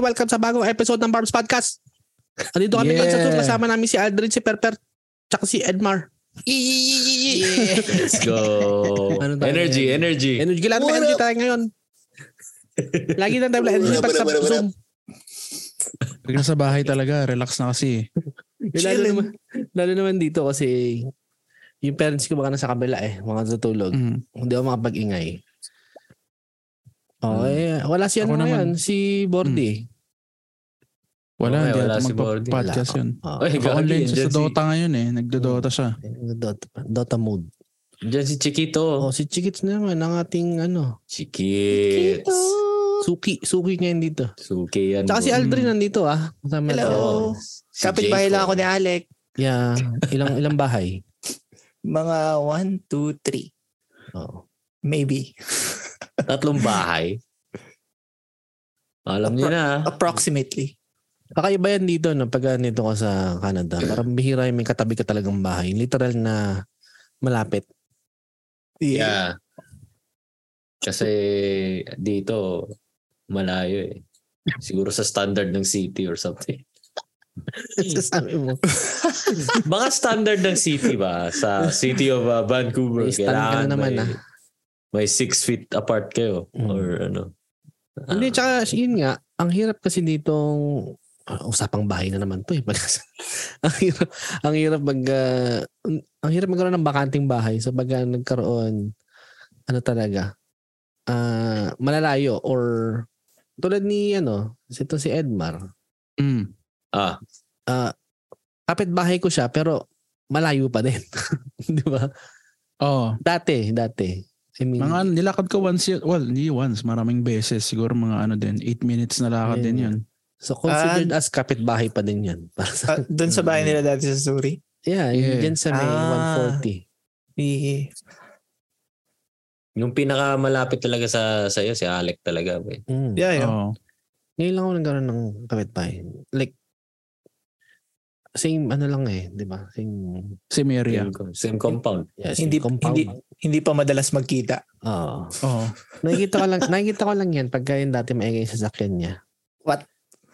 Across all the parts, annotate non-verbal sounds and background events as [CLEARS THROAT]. welcome sa bagong episode ng Barb's Podcast. Andito kami ngayon sa Zoom. Yeah. Kasama namin si Aldrin, si Perper, tsaka si Edmar. Yeah. Let's go. Ano tayo energy, energy. Energy, kailangan What may energy up? tayo ngayon. Lagi na tayo may energy What up, pag sa what up, what Zoom. Pag nasa bahay talaga, relax na kasi. eh. Yung Lalo naman, lalo naman dito kasi yung parents ko baka nasa kabila eh, mga natutulog. Mm. Hindi ako makapag-ingay. Oh, eh, wala si ano Ako naman. ngayon, si Bordy. Wala, Okay, hindi wala ata si magpa-podcast yun. Oh, Oy, grabe, Online siya dyan sa si- Dota ngayon eh. Nagdo-Dota Mm. siya. Dota, Dota mode. Diyan si Chiquito. Oh, si Chikits naman ang ating ano, Chiquits. Suki, Suki ngayon dito. Suki yan. Tsaka si bro. Aldrin nandito ah. Kasama Hello. natin. Oo. Si Kapit-bahay Jacob. lang ako ni Alec. Yeah, ilang ilang bahay. Mga 1, 2, 3. Oo. Maybe. Tatlong bahay. Alam niyo na. Approximately. Kakaiba yan dito no, pag ah, nito ka sa Canada. Parang bihira yung may katabi ka talagang bahay. Literal na malapit. Yeah. Yeah. Kasi dito, malayo eh. Siguro sa standard ng city or something. [LAUGHS] Sabi mo. Baka standard ng city ba? Sa city of uh, Vancouver. May stand ka na naman, may, ah. may six feet apart kayo. Mm. Or ano. Ah, Hindi, tsaka yun nga, ang hirap kasi ditong ah, usapang bahay na naman to eh. Balas- [LAUGHS] ang hirap, ang hirap mag, ah, ang- ang hirap magkaroon ng bakanting bahay. So baga nagkaroon, ano talaga, ah, malalayo or tulad ni ano, ito si Edmar, Mm. Ah, kapitbahay ko siya pero malayo pa din. [LAUGHS] Di ba? Oo. Dati, dati. I Mm. mean, Oh, Mga ano, nilakad ko once yun. Well, hindi once. Maraming beses. Siguro mga ano din. 8 minutes na lakad Yeah. din yun. Ah. so considered as kapitbahay pa din yan. [LAUGHS] Para sa, Ah, doon sa bahay nila dati sa Suri. yeah, yun Yeah. dyan sa may Ah. 140. Yeah. yung pinakamalapit talaga sa sa iyo si Alec talaga. Boy. Mm. Yeah, yeah. oh. Oo. Ngayon lang ako nagkaroon ng kapitbahay. Like, same ano lang eh, di ba? Same, Same area. Same, com- same compound. yeah, same Hindi, compound. hindi, hindi pa madalas magkita. Oo. [LAUGHS] Oo. nakikita ko [LAUGHS] lang, nakikita ko lang yan pagka yung dati maingay yung sasakyan niya. What?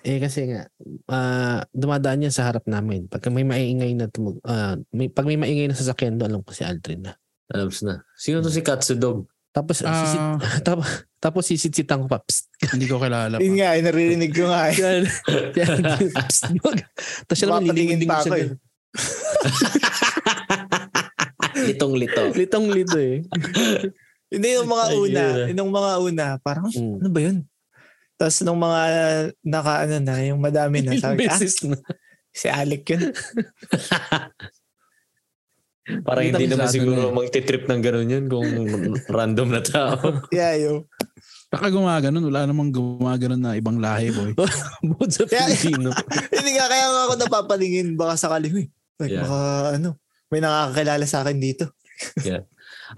Eh kasi nga, ah, dumadaan yan sa harap namin. Pagka may maingay na tumug, ah, may, pag may maingay na sasakyan doon, alam ko si Aldrin na. Alam na. Sino to si Hmm. Katsudog? Tapos, Ah, sisit, tapos, tapos sisitsitan ko pa. Psst. [LAUGHS] hindi ko kilala Yun pa. [LAUGHS] nga, eh, naririnig ko nga. eh. Si [LAUGHS] Aldrin. Si Aldrin, Psst. Wag. Tapos [LAUGHS] siya naman Mapatingin lilingon pa ako eh. siya. Litong lito. [LAUGHS] Litong lito eh. Hindi, nung mga Ayun una. na. Nung mga una, parang, Mm. ano ba yun? Tapos nung mga naka, ano na, yung madami [LAUGHS] na. Ilang Sabi, ko, ah, beses na. si Alec yun. Parang Hindi hindi tayo naman masyado siguro na magtitrip ng ganun yun kung [LAUGHS] random na tao. Yeah, yo. Baka gumaganon. Wala namang gumaganon na ibang lahi, boy. [LAUGHS] Bukod sa Yeah. Pilipino. Hindi nga, kaya nga ako napapaningin baka sakali. Uy, like, Yeah. baka ano, may nakakakilala sa akin dito.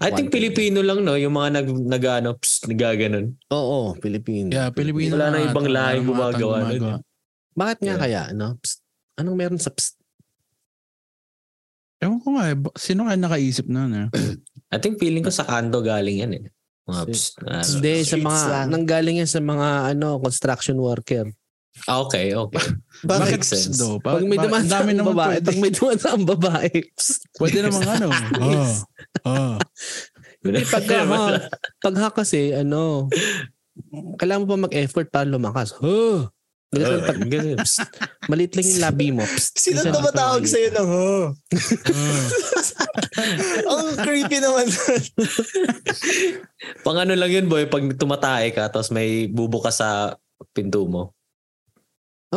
I think One thing. Pilipino lang no, yung mga nag nag ano, psst, nagaganon. Oo, Pilipino. Yeah, Pilipino Wala na na ata. ibang lahi Wala na mga gumagawa taong nun. eh. gumagawa. Bakit nga Yeah. kaya? Ano? Psst. Anong meron sa psst? Ewan ko nga eh. ba- Sino kaya nakaisip nun eh? I think feeling ko sa kanto galing yan eh. Mga psst, ano. Hindi, sa street mga, slang. nanggaling yan sa mga, ano, construction worker. Ah, okay, okay. Bakit? Bakit? sense. daw? Pag may Bakit- dumaan sa dami naman babae, pwede. pag may dumaan sa babae, [LAUGHS] psst. Pwede namang ano. Oo. Oo. [LAUGHS] Hindi, pag, ah, ha, pag ha kasi, ano, kailangan mo pa mag-effort para lumakas. Huh! Minsan pag Ganun, psst. [LAUGHS] maliit lang yung labi mo, psst. Sino Minsan- tumatawag sa'yo ng ho? Oo. Ang creepy naman. [LAUGHS] Pang ano lang yun boy, pag tumatay ka tapos may bubukas sa pinto mo.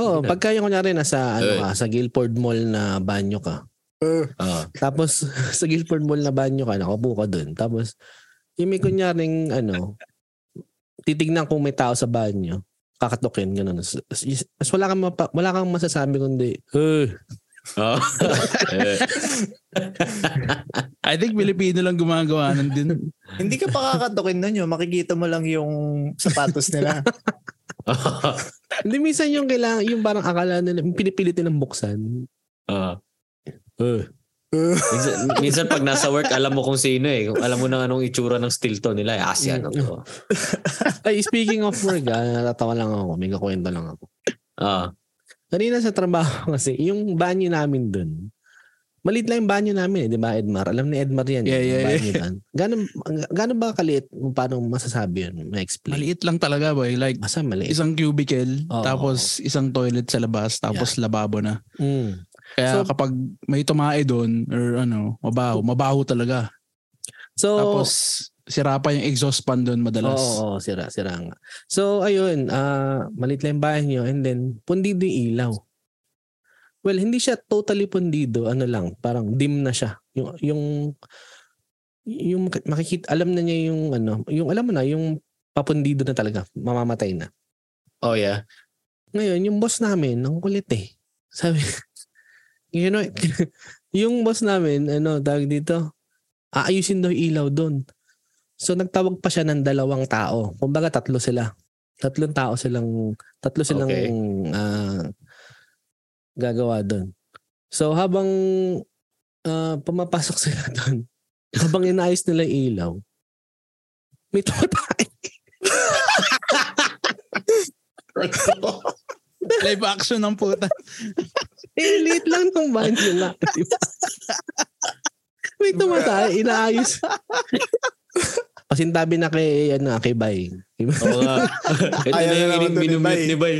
Oo, pagka yung kunyari nasa, ano, Eh. ka, sa Guilford Mall na banyo ka. Uh, Ah, Tapos, [LAUGHS] sa Guilford Mall na banyo ka, nakapu ka dun. Tapos, yung may kunyaring, ano, titignan kung may tao sa banyo, kakatukin, ganun. Tapos wala kang, mapa, wala kang masasabi kundi, huh! Oh. ah. [LAUGHS] Eh, [LAUGHS] I think Pilipino lang gumagawa nun din. hindi ka pakakatukin nun yun. Makikita mo lang yung sapatos nila. ah, Hindi minsan yung kailangan, yung parang akala nila, yung pinipilit nilang buksan. ah. Eh. Uh, [LAUGHS] Minsan, minsan pag nasa work, alam mo kung sino eh. Kung Alam mo na anong itsura ng stilto nila. Eh, Asian. Mm. Mm. ay, speaking of work, ah, natatawa lang ako. May kakwento lang ako. Ah, Kanina sa trabaho [LAUGHS] kasi, yung banyo namin dun, maliit lang yung banyo namin eh, di ba Edmar? Alam ni Edmar yan. Yeah, yung yeah, banyo [LAUGHS] yan. Ganun, ganun ba kaliit? Paano masasabi yun? Ma-explain. Maliit lang talaga boy. Like, Masa maliit. isang cubicle, Oo. tapos isang toilet sa labas, tapos lababo na. Mm. Kaya So- kapag may tumae doon or ano, mabaho, mabaho talaga. So, Tapos sira pa yung exhaust pan doon madalas. Oo, oo, sira, sira nga. So, ayun, ah malit lang yung bahay nyo and then, pundido yung ilaw. Well, hindi siya totally pundido, ano lang, parang dim na siya. Yung, yung, yung maki- makikita, alam na niya yung ano, yung alam mo na, yung papundido na talaga, mamamatay na. oh yeah. Ngayon, yung boss namin, ang kulit eh. Sabi, [LAUGHS] you know, [LAUGHS] yung boss namin, ano, tawag dito, aayusin daw yung ilaw doon. So, nagtawag pa siya ng dalawang tao. Kumbaga, tatlo sila. Tatlong tao silang, tatlo silang Okay. ah, gagawa doon. So, habang ah, pumapasok [LAUGHS] sila doon, habang inaayos nila yung ilaw, may tumatay. [LAUGHS] oh. Live action ng puta. Eh, late lang ng banyo nga. di [LAUGHS] ba? May tumatay, [LAUGHS] inaayos. Pasintabi na kay, ano, kay Bay. Diba? Oo nga. [LAUGHS] Ito na Ayaw na yung naman ining dun ni minumute Bay. ni Bay.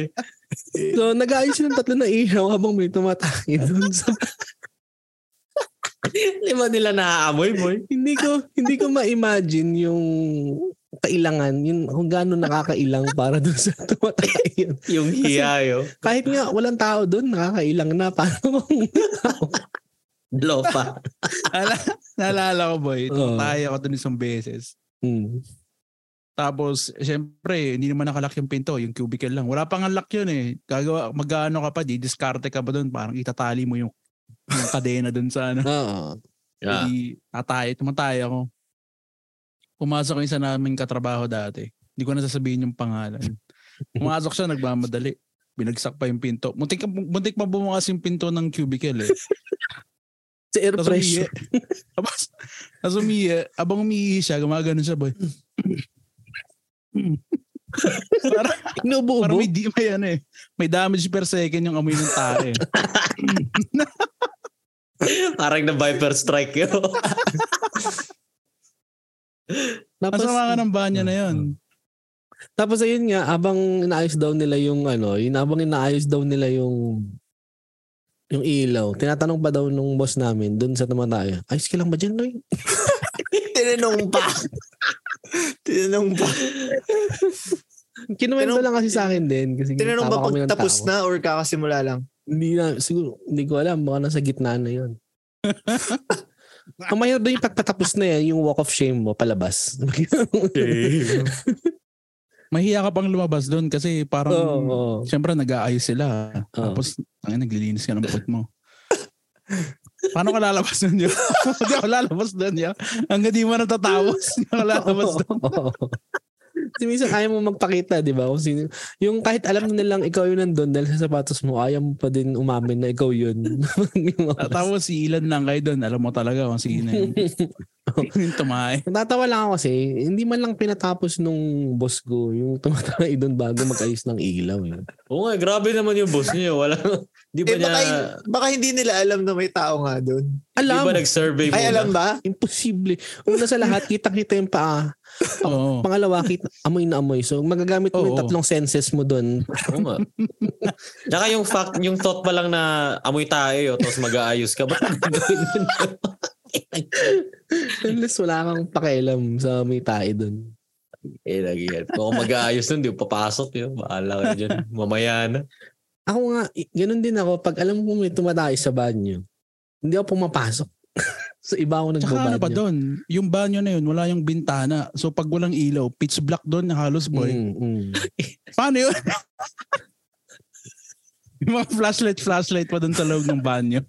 So, nag-aayos ng tatlo na ilaw habang may tumatay [LAUGHS] doon sa... Di ba nila naaamoy, boy? hindi ko, hindi ko ma-imagine yung kailangan, yun, kung gaano nakakailang para doon sa [LAUGHS] tumatay yun. Yung hiya, yo. Kahit nga, walang tao doon, nakakailang na. Paano kung Lopa. Ala, naalala ko boy, Oo. tayo ako doon isang beses. Hmm. Tapos, syempre, hindi naman nakalak yung pinto, yung cubicle lang. Wala pang lock yun eh. Gagawa, mag-ano ka pa, didiskarte ka ba doon? Parang itatali mo yung, yung kadena doon sa ano. Oo. Ah, Hindi, atay, tumatay ako. Pumasok yung isa namin katrabaho dati. Hindi ko na sasabihin yung pangalan. Pumasok siya, nagmamadali. Binagsak pa yung pinto. Muntik, muntik pa bumukas yung pinto ng cubicle eh. Sa air Tapos umihi. pressure. Tapos, tapos umihi. Abang umihi siya, gumagano siya boy. parang, parang Inubo-ubo. may, di, may ano eh. May damage per second yung amoy ng [LAUGHS] tae. parang na Viper Strike, [LAUGHS] yo. Tapos- Mm. Masama ka ng banyo na yun. Tapos ayun nga, abang inaayos daw nila yung ano, yun abang inaayos daw nila yung yung ilaw. Tinatanong pa daw nung boss namin doon sa tumatay. Ayos ka lang ba dyan, Noy? Tinanong pa. Tinanong pa. Kinuwento Tinanong- lang kasi sa akin din. Kasi Tinanong tawa ba kami ng kung tapos tawa. na or kakasimula lang? Hindi na, siguro, hindi ko alam. Baka nasa gitna na [LAUGHS] yun. Ang mahirap doon yung pagpatapos na yan, yung walk of shame mo [LAUGHS] palabas. Mahiya ka pang lumabas doon kasi Um, parang... [LAUGHS] Oo, oo. Siyempre, nag-aayos sila. Oo. Ah. Tapos, ay, naglilinis ka ng puwet mo. Paano ka lalabas nun yun? [LAUGHS] Hindi ako lalabas dun yun. Hanggang di mo natatapos, hindi ako lalabas dun. [LAUGHS] Oo. [LAUGHS] Kasi minsan ayaw mo magpakita, di ba? Kung sino, yung kahit alam na nilang ikaw yun nandun dahil sa sapatos mo, ayaw mo pa din umamin na ikaw yun. [LAUGHS] Yung mga- Tapos, si Ilan lang kayo dun. Alam mo talaga kung sino [LAUGHS] yung, yung tumae. Natatawa lang ako kasi, hindi man lang pinatapos nung boss ko yung tumatay doon bago mag-ayos ng ilaw. eh. Oo nga, grabe naman yung boss niyo. Wala, di ba Eh, niya, baka, baka hindi nila alam na may tao nga doon. di ba Alam, nag-survey muna? Ay, alam ba? imposible. Una sa lahat, kitang-kita yung paa. Oo. Pangalawa, kita, amoy na amoy. So, magagamit mo yung Oo. tatlong senses mo doon. Oo nga. [LAUGHS] Tsaka yung fact, yung thought pa lang na amoy tayo, yo, tapos mag-aayos ka. Ba't gagawin yun? Unless wala kang pakialam sa may tae doon. eh, lagi yan. Kung mag-aayos nun, di ko papasok yun. Baala ka dyan. Mamaya na. [LAUGHS] Ako nga, i- ganun din ako. Pag alam ko may tumatay sa banyo, hindi ako pumapasok. [LAUGHS] so iba ako Tsaka ano pa nagbabanyo. dun, yung banyo na yun, wala yung bintana. So, pag walang ilaw, pitch black dun, halos boy. Mm, mm. [LAUGHS] Paano yun? [LAUGHS] yung mga flashlight, flashlight pa dun sa loob ng banyo.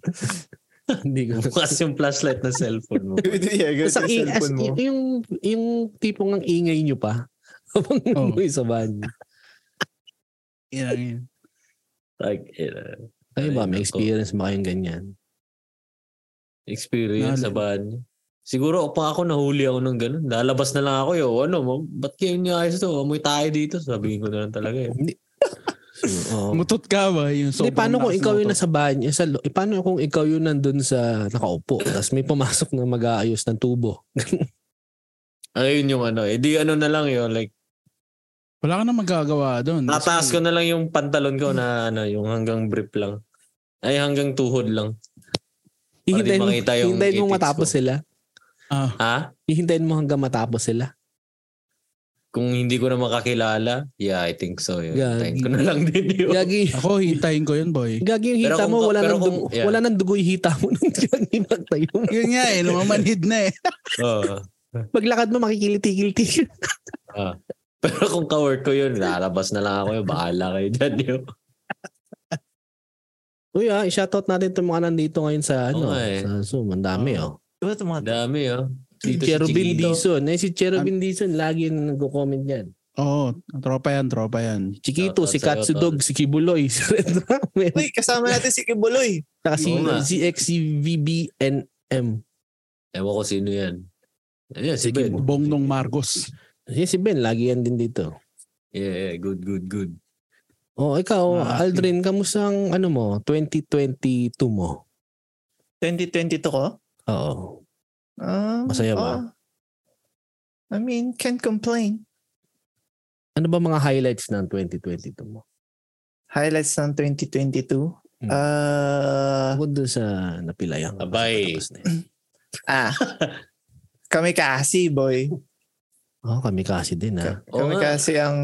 Hindi ko. Bukas yung flashlight ng cellphone mo. yeah, Sa i- ganun yung as, cellphone mo. y- yung, yung tipong ang ingay nyo pa [LAUGHS] habang Oh. nandoy sa banyo. Yan lang yun. Like, eh, Kayo ba, may Ay, nako. experience ba kayong ganyan? experience sa Nalo. banyo. Siguro pa ako nahuli ako ng ganun. Lalabas na [LAUGHS] lang ako, yo. Ano, ma- ba't kayo niya ayos to? Amoy tayo dito. Sabihin ko na lang talaga, eh. Oo. Mutot ka ba? Yung Hindi, sobrang paano kung lakas ng ikaw yung utot? nasa bahay niya? Sa, lo- eh, paano kung ikaw yung nandun sa nakaupo tapos may pumasok na mag-aayos ng tubo? Ayun yung ano. Eh di ano na lang yun. Like, Wala ka na magagawa doon. nataas ko na lang yung pantalon ko na ano, yung hanggang brief lang. Ay, hanggang tuhod lang. Para di Hihintayin mo, makita yung hihintayin mo ethics matapos ko. sila. Ah, Ha? Hihintayin mo hanggang matapos [LAUGHS] sila. Kung hindi ko na makakilala, yeah, I think so. Yun. Gag. Time ko na lang din yun. Gagi, ako, hintayin ko yun, boy. gagi yung Pero hita kung- mo, wala pero nang, kung- dugo, yeah. wala nang dugo yung hita mo [LAUGHS] nung gagi magtayo mo. Yun nga eh, lumamanhid na eh. Oo. Paglakad mo, makikiliti-kiliti. Pero kung kawork ko yun, lalabas na lang ako yun. Bahala kayo dyan yun. Uy, ah, shoutout natin itong mga nandito ngayon sa, ano, Oo, eh. sa Zoom. Ang dami, oh. Diba ito mga Dami oh. Si Dito Cherubin Chiquito. Dizon. Eh, si Cherubin Dizon, lagi yung nagko-comment yan. [LAUGHS] Oo, tropa yan, tropa yan. Chiquito, Shoutout si sa'yo, Katsudog, si Kibuloy, [LAUGHS] si Red Ramen. Uy, kasama natin si Kibuloy. Saka si Oo nga. ZXCVBNM. Ewan ko sino yan. Ayan, si Si Ben. Bongnong Marcos. Yes, si Ben, lagi yan din dito. Yeah, yeah. Good, good, good. Oh, ikaw, Ah, Aldrin, kamusta ang ano mo, 2022 mo? 2022 ko? Oo. Ah, Masaya ba? ah. I mean, can't complain. Ano ba mga highlights ng 2022 mo? Highlights ng 2022. Hmm. Ah, Bukod doon sa napilayang. Abay. Tapos na yun. ah. [LAUGHS] Kami kasi, boy. Oo, kami kasi Ah, din ha. Ka- Oo Kami nga. kasi ang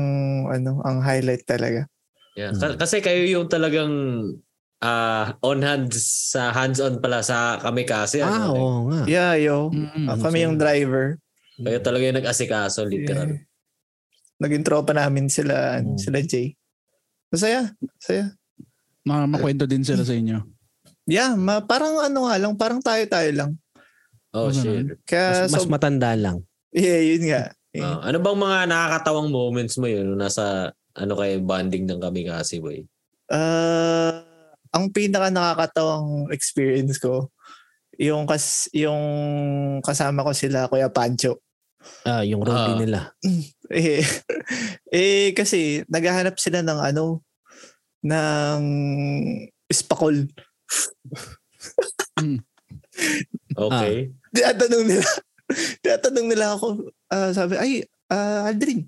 ano, ang highlight talaga. Yeah. Ka- Kasi kayo yung talagang ah on hands sa hands-on pala sa kami kasi. Ah, Hmm. ano, oo nga. Yeah, yo. Mm. Ah, kami yung driver. like, kayo talaga yung nag-asikaso, literal. Yeah. Naging tropa namin sila, ano, Hmm. sila Jay. Masaya, masaya. Mga makwento din sila sa inyo. Yeah, ma- parang ano nga lang, parang tayo-tayo lang. Oh, Ano shit. Kaya, Mas, mas Ah, so, matanda lang. yeah, yun nga. Eh, Ah, ano bang mga nakakatawang moments mo yun? nung Nasa ano kay bonding ng kami kasi, boy. Ah, ang pinaka nakakatawang experience ko, yung kas yung kasama ko sila Kuya Pancho. Ah, yung roadie Ah. nila. Eh, eh kasi naghahanap sila ng ano ng spakol. Okay. Tinatanong nila. [LAUGHS] Tinatanong nila ako. ah, sabi, ay, ah, Aldrin,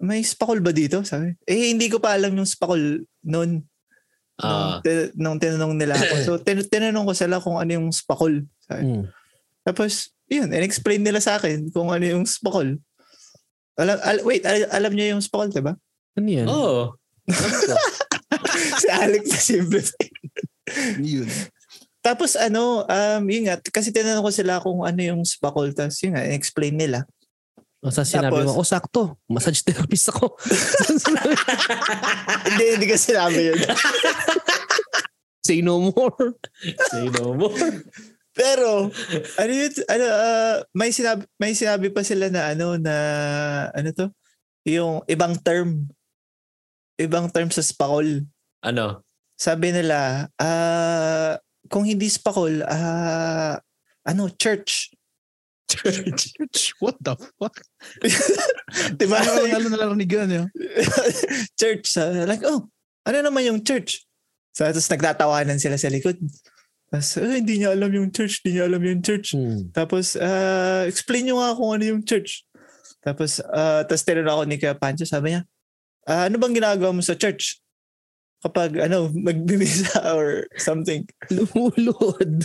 may spakol ba dito? Sabi, eh, hindi ko pa alam yung spakol noon. Ah, nung, tin- nung tinanong nila ako. So, tin- tinanong ko sila kung ano yung spakol. Mm. Tapos, yun, in-explain nila sa akin kung ano yung spakol. Alam, al- wait, al- alam niyo yung spakol, diba? Ano yan? oh. [LAUGHS] si Alex na simplify. [LAUGHS] Yun. Tapos ano, um, yun nga, kasi tinanong ko sila kung ano yung spakol. Tapos yun nga, in-explain nila. O sa sinabi Tapos- mo, oh sakto, massage therapist ako. [LAUGHS] hindi, hindi ko sinabi yun. [LAUGHS] Say no more. Say no more. [LAUGHS] Pero, ano yun, ano, ah, may, sinabi, may sinabi pa sila na ano, na, ano to? Yung ibang term. Ibang term sa spakol. ano? sabi nila, ah, kung hindi spakol, ah, ano, church. Church, what the fuck? Diba? Ano lang ano nalanig yun? yun? church. ah, like, oh, ano naman yung church? So, tapos nagtatawanan sila sa likod. Tapos, "Ah, hindi niya alam yung church, hindi niya alam yung church. Hmm. Tapos, ah, explain nyo nga kung ano yung church. Tapos, ah, tapos tinanong ako ni Kuya Pancho, sabi niya, "Ah, ano bang ginagawa mo sa church? Kapag, ano, [LAUGHS] nagbibisa or something. [LAUGHS] Lumulod.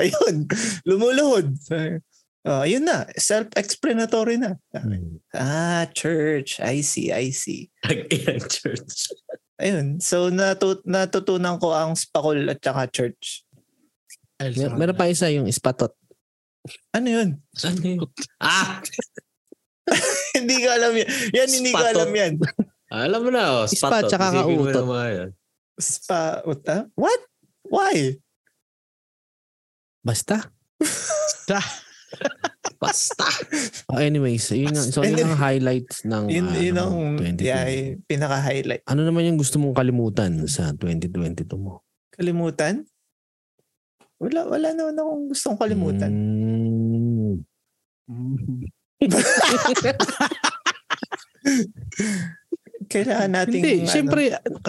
Ayun, lumuluhod. Oh, ayun na, self-explanatory na. Ah, church. I see, I see. Nag-ilang church. Ayun, so natu- natutunan ko ang spakol at saka church. Ay, Mer- sa- meron pa isa yung ispatot. Ano yun? [LAUGHS] Ano yun? Ah! hindi ko alam yan. Yan, hindi ko Spatot. alam yan. Alam mo na, oh. Ispa, Spot. tsaka kautot. Spa, what? ah? What? Why? Basta. Basta. Oh, anyways, yun, ang- so yun ang highlights ng Yun, ah, yun ano, ang 2022. yeah, eh, pinaka-highlight. Ano naman yung gusto mong kalimutan sa 2022 mo? Kalimutan? Wala, wala naman akong gustong kalimutan. Mm. Hmm. [LAUGHS] Mm. Kailangan nating... Hindi, ano, syempre,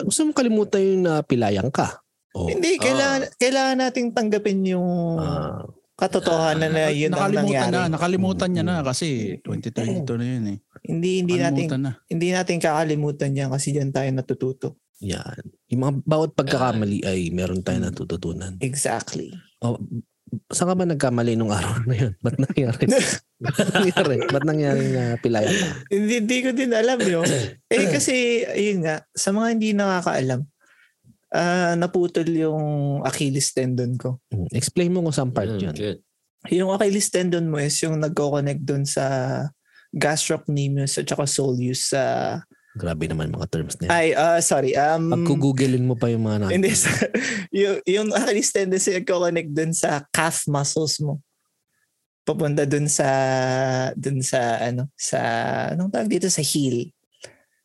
gusto mo kalimutan yung napilayan ka. Oh. Hindi, kailangan, kailangan nating tanggapin yung Ah, katotohanan na Eh, yun Ah, ang nakalimutan nangyari. na, nakalimutan niya na Mm. kasi 2022 na yun eh. Hindi, hindi natin, Nakalimutan na. hindi natin kakalimutan yan kasi diyan tayo natututo. yan. Yung mga bawat pagkakamali ay meron tayong Hmm. natututunan. Exactly. Oh, saan ka ba nagkamali nung araw na yun? Ba't [LAUGHS] nangyari? Ba't nangyari? Ba't nangyari na pilayan ka? Hindi, hindi ko din alam [CLEARS THROAT] yun. eh kasi, ayun nga, sa mga hindi nakakaalam, ah naputol yung Achilles tendon ko. Mm, Explain mo kung saan Hmm, part yun. Good. Yung Achilles tendon mo is yung nagko-connect dun sa gastrocnemius at saka soleus sa... Grabe naman mga terms na yan. Ay, ah, sorry. Um, Pag kugugelin mo pa yung mga natin. Hindi. [LAUGHS] sa- yung, yung Achilles tendon is nagko-connect dun sa calf muscles mo. Papunta dun sa... Dun sa ano? Sa... Anong tawag dito? Sa heel.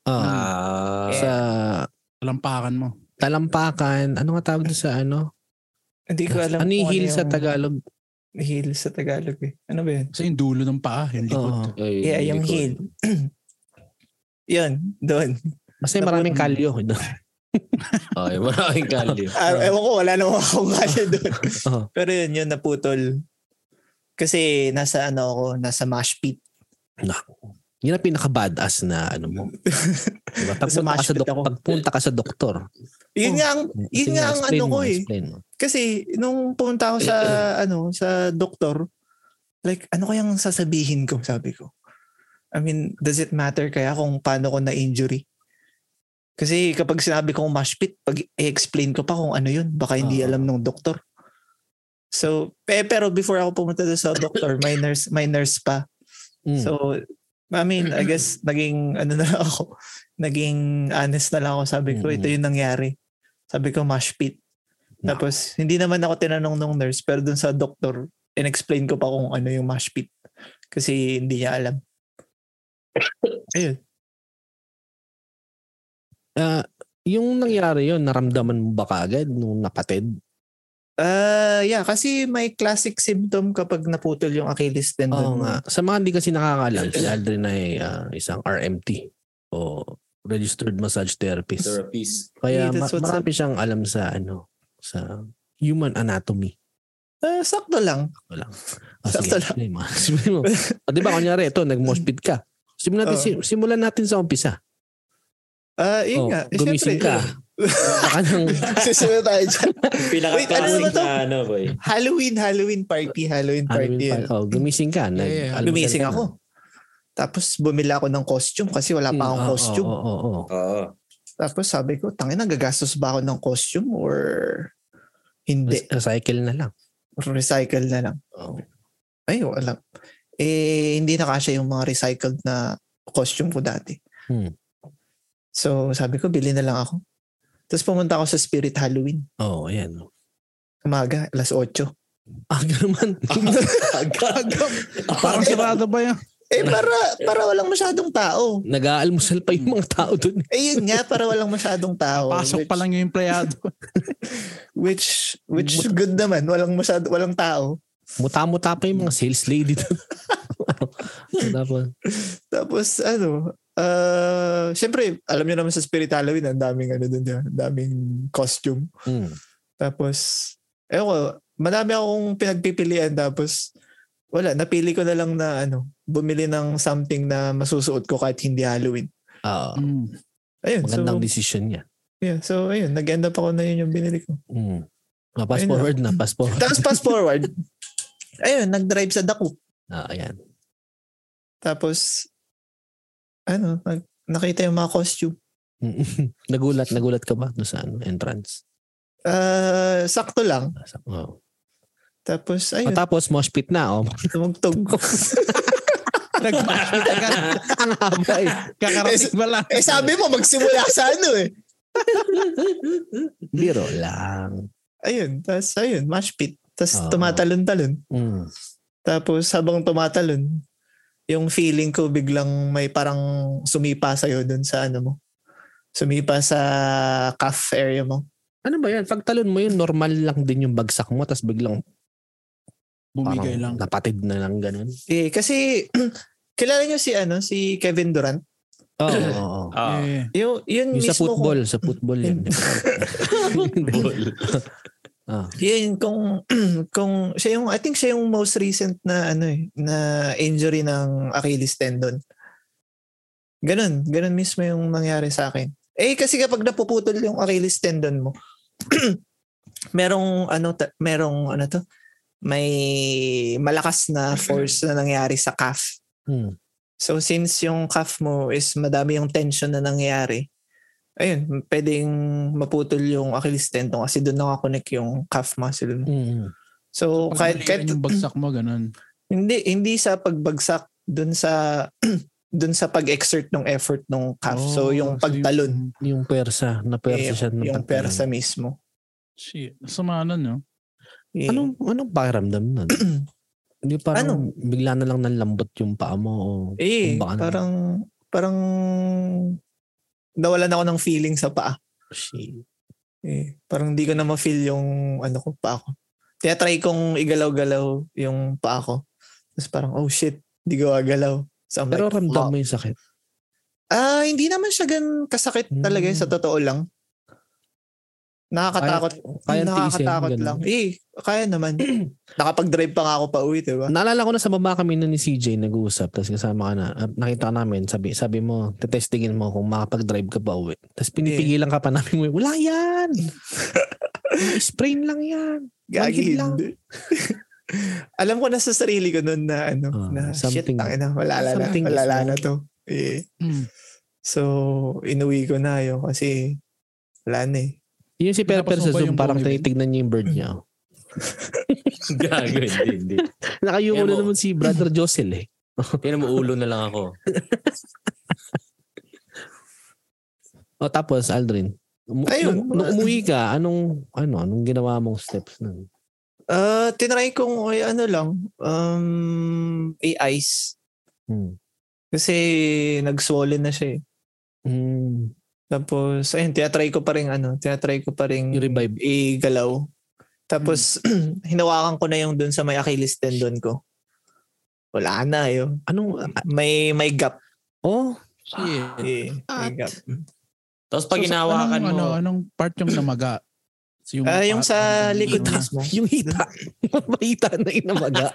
Hmm, Ah, Ah, sa Lampakan mo. talampakan, ano nga tawag doon sa ano? Hindi ko alam Ano yung kung heel sa yung- Tagalog? Heel sa Tagalog eh. Ano ba yun? Kasi yung dulo ng paa, yung likod. [LAUGHS] Oo. ay, Yeah, Eh, yung likod. heel. [CLEARS THROAT] yun, doon. Kasi maraming kalyo. eh, Ay, maraming kalyo. Ah, ewan ko, wala [LAUGHS] naman akong kasi doon. Oo. Pero yun, yun, naputol. Kasi nasa ano ako, nasa mash pit. Yun ang pinaka-badass na ano [LAUGHS] mo. Diba? Pag punta ka Nasa sa, matchfit dok- ako. pagpunta ka sa doktor. Oh. Yun nga ang, Sige, yun nga ang explain ano ko mo, eh. explain mo. Kasi nung pumunta ako sa ano, sa doktor, like ano kayang sasabihin ko, sabi ko. I mean, does it matter kaya kung paano ko na injury? Kasi kapag sinabi kong mash pit, pag i-explain ko pa kung ano yun, baka hindi Ah. alam ng doktor. So, eh, pero before ako pumunta doon sa doktor, my nurse, my nurse pa. Mm. So, I mean, I [CLEARS THROAT] guess naging ano na lang ako, naging honest na lang ako. Sabi ko, Hmm. ito yung nangyari. Sabi ko, mash pit. No. Tapos, hindi naman ako tinanong ng nurse, pero dun sa doctor, in-explain ko pa kung ano yung mash pit. Kasi hindi niya alam. Ayun. Ah, yung nangyari yun, naramdaman mo ba kaagad nung napatid? Ah, yeah, kasi may classic symptom kapag naputol yung Achilles tendon. Oo mo. nga. Sa mga hindi kasi nakakaalam, si Aldrin ay ah, isang RMT o registered massage therapist. [LAUGHS] Therapist. Kaya Hey, ma- that's what's marami siyang alam sa ano, sa human anatomy. Ah, sakto lang. Oh, sige, Sakto lang. explain mo. [LAUGHS] Explain mo. O, di ba, kunyari, ito, nag-moshpit ka. Simulan natin, Oo. sim- simulan natin sa umpisa. Oh, Ah, yun nga. Eh, gumising [LAUGHS] syempre, eh. Ano ka. Baka [LAUGHS] nang, Susunod tayo dyan. Wait, ano Pinaka-classic naman to? na ano, boy. Halloween, Halloween party, Halloween ano party. yung yun. pa- oh, gumising ka. Nag, Yeah, yeah. alam mo Lumising na- ako. Tapos bumila ako ng costume kasi wala Mm, pa akong oo, costume. Oo, oo, oo. Oo. Tapos sabi ko, tangin na, gagastos ba ako ng costume or hindi? Oh. Recycle na lang. Recycle na lang. Oo. Ay, wala. Eh, hindi na kasya yung mga recycled na costume ko dati. Hmm. So sabi ko, bili na lang ako. Tapos pumunta ako sa Spirit Halloween. Oo, Oh, ayan. Umaga, alas 8. Ah, [LAUGHS] naman. Parang sarado ba [LAUGHS] yan? Eh, para, para walang masyadong tao. Nag-aalmusal pa yung mga tao doon. Eh, yun nga, para walang masyadong tao. Pasok which- pa lang yung [LAUGHS] empleyado. Which which good naman, walang masyado walang tao. Muta-muta pa yung mga sales lady doon. [LAUGHS] Tapos, Tapos ano, uh, syempre, alam niyo naman sa Spirit Halloween, ang daming ano dun, yan, ang daming costume. mm. Tapos eh ko, madami akong pinagpipilian tapos wala, napili ko na lang na ano, bumili ng something na masusuot ko kahit hindi Halloween. Ah, Mm. Ayun, magandang so, decision niya. yeah, so ayun, nag-end up ako na yun yung binili ko. Mm. Ah, pass Ayun na. forward na, pass forward. [LAUGHS] Tapos fast forward, ayun, nag-drive sa Daku. Ah, ayan. Tapos, ano, nag, nakita yung mga costume. Mm. [LAUGHS] nagulat, nagulat ka ba doon sa ano, entrance? Ah, sakto lang. Ah, sa- Oh. Tapos, O, ayun, tapos, mosh pit na. Oh. [LAUGHS] tumugtog. [LAUGHS] Nag- kaka- Ang haba eh. Kakarating ba lang? eh, sabi mo, magsimula sa ano eh. Biro lang. Ayun, tapos, ayun, mash pit. Tapos, Oo. tumatalon-talon. Mm. Tapos, habang tumatalon, yung feeling ko biglang may parang sumipa sa'yo dun sa ano mo. Sumipa sa calf area mo. Ano ba yan? Pagtalon mo yun, normal lang din yung bagsak mo, tapos biglang Bumigay parang lang. [CLEARS THROAT] napatid na lang ganun. Eh, kasi, kilala niyo si ano, si Kevin Durant? Oo. [CLEARS THROAT] oo, oo. Ah, Eh, Yung, yun Yung sa mismo kung- football, sa football [LAUGHS] yan. ball. ah, Yun, kung, [CLEARS THROAT] kung, siya yung, I think siya yung most recent na, ano eh, na injury ng Achilles tendon. Ganun, ganun mismo yung nangyari sa akin. Eh, kasi kapag napuputol yung Achilles tendon mo, [CLEARS THROAT] merong, ano, ta- merong, ano to, may malakas na force na nangyari sa calf. hmm. So since yung calf mo is madami yung tension na nangyayari, ayun, pwedeng maputol yung Achilles tendon kasi doon nakakonect yung calf muscle mo. Mm. So pag kahit, mali kahit yung bagsak mo, [LAUGHS] ganun. hindi hindi sa pagbagsak doon sa [CLEARS THROAT] doon sa pag-exert ng effort ng calf. Oh, so yung pagtalon, Yung persa, na persa eh, siya. ng yung pagtalon. persa mismo. Shit. Sama nun, no? Eh, Anong, anong pakiramdam [CLEARS THROAT] nun? Hindi Ano? parang bigla na lang nalambot yung paa mo oh, o Eh, Kung baka naman. parang parang nawalan ako ng feeling sa paa. shit. Eh, parang di ko na ma-feel yung ano ko, pa ako. Tinatry kong igalaw-galaw yung pa ako. Tapos parang, oh shit, di galaw. So I'm Pero like, ramdam "Fuck." mo yung sakit. Ah, hindi naman siya gan kasakit Hmm. talaga eh, sa totoo lang. Nakakatakot. kaya tiisin, nakakatakot ganun. lang. Eh, kaya [CLEARS THROAT] naman. Nakapag-drive pa nga ako pa uwi, diba? Naalala ko na sa baba kami na ni CJ nag-uusap tapos kasama ka na. At nakita ka namin, sabi, sabi mo, tetestingin mo kung makapag-drive ka ba uwi. Tapos pinipigilan ka pa namin, wala yan! Sprain lang yan! Gagi, Manhid lang. hindi. [LAUGHS] Alam ko na sa sarili ko noon na ano, Ah, na shit, something- tangina, wala na, something is wala na, wrong. to. Eh. Hmm. So, inuwi ko na yun kasi wala na eh. Yun si Perper sa Pinapasok ba Zoom, yung parang buong event? tinitignan niya yung bird niya. oh. [LAUGHS] Gago, hindi, hindi. Nakayuko na Emo. naman si Brother Josel eh. Tingnan mo, ulo na lang ako. O tapos, Aldrin, mu- Ayun. nung, nung umuwi ka, anong, ano, anong ginawa mong steps nun? Ah, tinry kong ay, ano lang, um, i-ice. Hmm. Kasi nag-swollen na siya eh. Hmm. Tapos, ayun, tinatry ko pa rin ano, tinatry ko pa rin I-revive. i-galaw. Tapos, Hmm. [CLEARS THROAT] hinawakan ko na yung dun sa may Achilles tendon ko. Wala na yun. Anong, May, may gap. oh, Shit. Eh, may At- gap. Tapos pag So, sa- hinawakan anong, mo, Ano, anong part yung namaga? So, yung, Ah, yung part- sa ano, likod ano na. mismo. yung hita. [LAUGHS] Mahita na inamaga.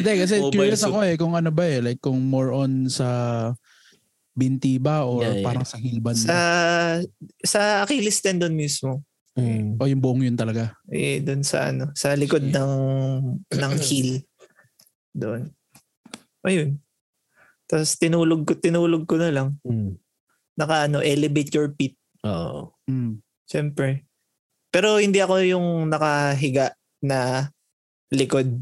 Hindi, kasi Mobile curious suit. ako eh kung ano ba eh. Like kung more on sa binti ba or Yeah, yeah. parang sa hilban Sa, sa Achilles tendon mismo. Hmm. O yung buong yun talaga. eh doon sa ano, sa likod Shit. ng [CLEARS THROAT] ng heel. Doon. Ayun. Tapos tinulog ko, tinulog ko na lang. Hmm. Naka ano, elevate your feet. Oo. Mm. Siyempre. Pero hindi ako yung nakahiga na likod.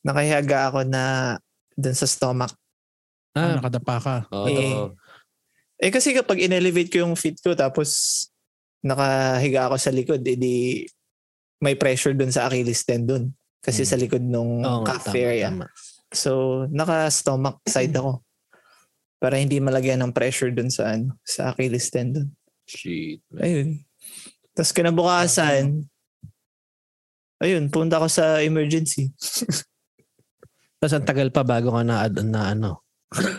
Nakahiga ako na doon sa stomach. Ah, Ah, nakadapa ka. oo, Eh. oo. Eh kasi kapag in-elevate ko yung feet ko tapos nakahiga ako sa likod, edi may pressure doon sa Achilles tendon. Kasi Mm. sa likod nung Oo nga, calf tama, area. tama. Mm. So, naka-stomach side ako. Para hindi malagyan ng pressure dun sa ano, sa Achilles tendon. Shit. Ayun. Tapos kinabukasan, ayun, punta ko sa [CLEARS THROAT] emergency. Tapos ang tagal pa bago ka na, na ano.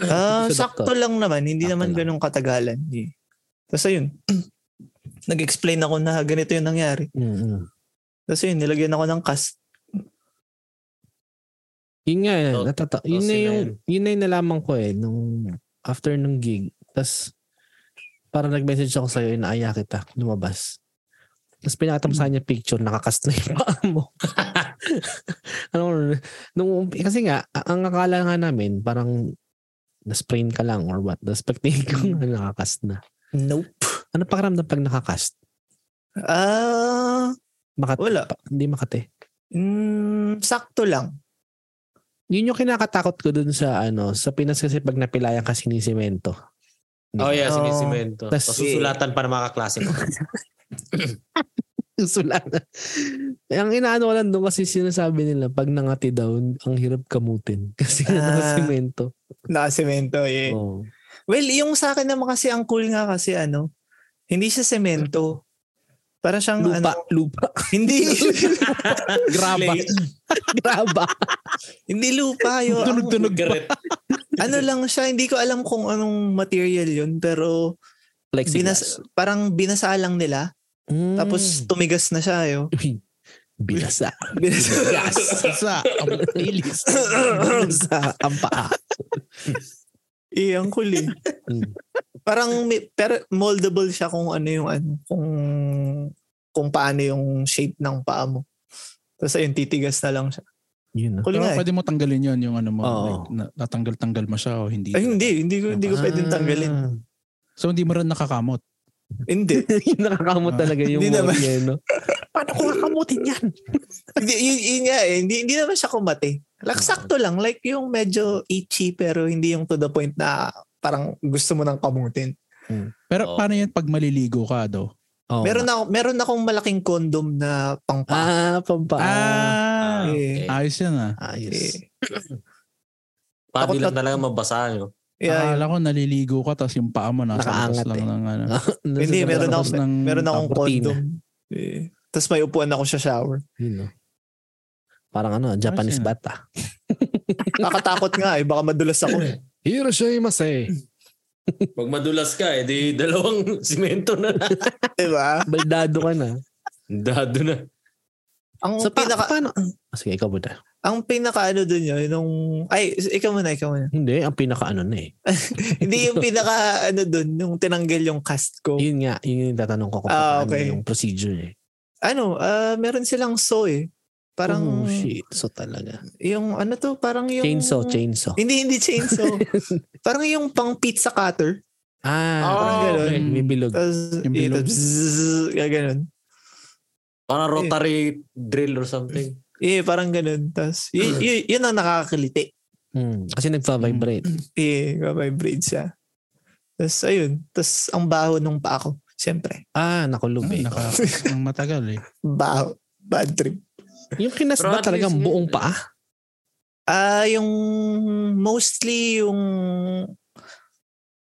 Ah, Sa sakto lang naman, hindi Sakto naman lang. ganun katagalan. Eh. Tapos ayun, [CLEARS THROAT] nag-explain ako na ganito yung nangyari. Mm-mm. Tapos ayun, nilagyan ako ng cast. Yun nga, eh, Oh, natata- yun, oh, na sila yung, yun na yung nalaman ko eh, nung after nung gig. Tapos, parang nag-message ako sa'yo, inaaya kita, lumabas. Tapos pinakita mo sa kanya picture, nakakast na yung paa mo. [LAUGHS] ano, nung, eh, kasi nga, a- ang akala nga namin, parang na-sprain ka lang or what. Tapos pagtingin ko, ano, nakakast na. Nope. Ano pakiramdam pag nakakast? Ah, Makati, Wala. pa- hindi makati. mm, sakto lang. Yun yung kinakatakot ko dun sa ano, sa Pinas kasi pag napilayan ka sinisimento. [LAUGHS] Oh yeah, Oo. sinisimento. Tas- Tapos susulatan pa ng mga kaklase mo. Sulatan. ang inaano ko lang doon kasi sinasabi nila pag nangati daw, ang hirap kamutin. [LAUGHS] Kasi ano, Oh. nga Ah. nakasimento. Nakasemento, eh. Oo. Well, yung sa akin naman kasi ang cool nga kasi ano, hindi siya semento. Para siyang ano, Lupa, lupa. [LAUGHS] hindi [LAUGHS] Graba. Graba. hindi lupa yo. Tunog-tunog Garet. ano lang siya, hindi ko alam kung anong material yun, pero binas, Plexiglass. parang binasa lang nila, Mm. tapos tumigas na siya, [LAUGHS] yo. Uy, [LAUGHS] binasa. Binasa Gas. Sa ang bilis. sa ang paa. Eh, ang cool eh. Mm. Parang may, pero moldable siya kung ano yung ano, kung kung paano yung shape ng paa mo. Tapos ayun, titigas na lang siya. Yun, no? Cool Pero nga eh. pwede mo tanggalin yun yung ano mo. Oo. Like, na- natanggal-tanggal mo siya o hindi. Ay, hindi. Hindi ko, hindi ko pwedeng tanggalin. Ah. [LAUGHS] So hindi mo rin nakakamot. Hindi. yung nakakamot Ah, talaga yung hindi mga naman. [LAUGHS] yeno. Paano ko kakamutin yan? Hindi, yun, yun nga eh. Hindi, hindi naman siya kumate. Like, sakto lang. Like yung medyo itchy pero hindi yung to the point na parang gusto mo nang kamutin. Pero Oo. paano yan pag maliligo ka do? Oh, Meron, ako, meron akong malaking condom na pangpa. Ah, pampa. Ah, Ah, eh. okay. ayos yan ah. Ayos. Eh, Para di Takot lang talaga mabasa, no? Ah, yeah, Akala ko naliligo ka tapos yung paa mo nasa Nakaangat labas lang eh. ng ano. Nasa Hindi, sa meron labas ako- ng ah, meron akong cortina. condom. Eh, Tapos may upuan ako sa shower. Yun, no? Parang ano, Japanese Ayos yun. bata. Nakatakot nga eh. Baka madulas ako [LAUGHS] eh. Hiroshimase. Pag madulas ka, edi [LAUGHS] dalawang simento na. Diba? [LAUGHS] Baldado ka na. Dado na. Ang Sa pa- pinaka, paano? Ah, Sige, ikaw muna. ang pinaka ano dun yun, nung, ay, ikaw muna, ikaw [LAUGHS] muna. Hindi, ang pinaka ano na eh. Hindi yung pinaka ano dun, nung tinanggal yung cast ko. Yun nga, yun yung tatanong ko kung Oh. Ah, paano okay. yung procedure eh. Ano, ah, meron silang saw eh. oh, Parang, shit. So talaga. yung ano to, parang yung... Chainsaw, chainsaw. Hindi, hindi [LAUGHS] chainsaw. parang yung pang pizza cutter. eh, Ah, Oh, parang ganun. okay. May bilog. Tapos, Yung ito, bilog. bzzz, kaya ganun. Parang rotary drill or something. Eh, parang ganun. Tapos, yun, yun, yun ang nakakakaliti. Hmm, Kasi nagpa-vibrate. Eh, vibrate siya. Tapos, ayun. Tapos, ang baho nung pa ako. Siyempre, Ah, nakulog Ah, eh. naka, ang matagal eh. baho. Bad trip. Yung kinas Pero ba at talagang least- buong paa? Ah, yung mostly yung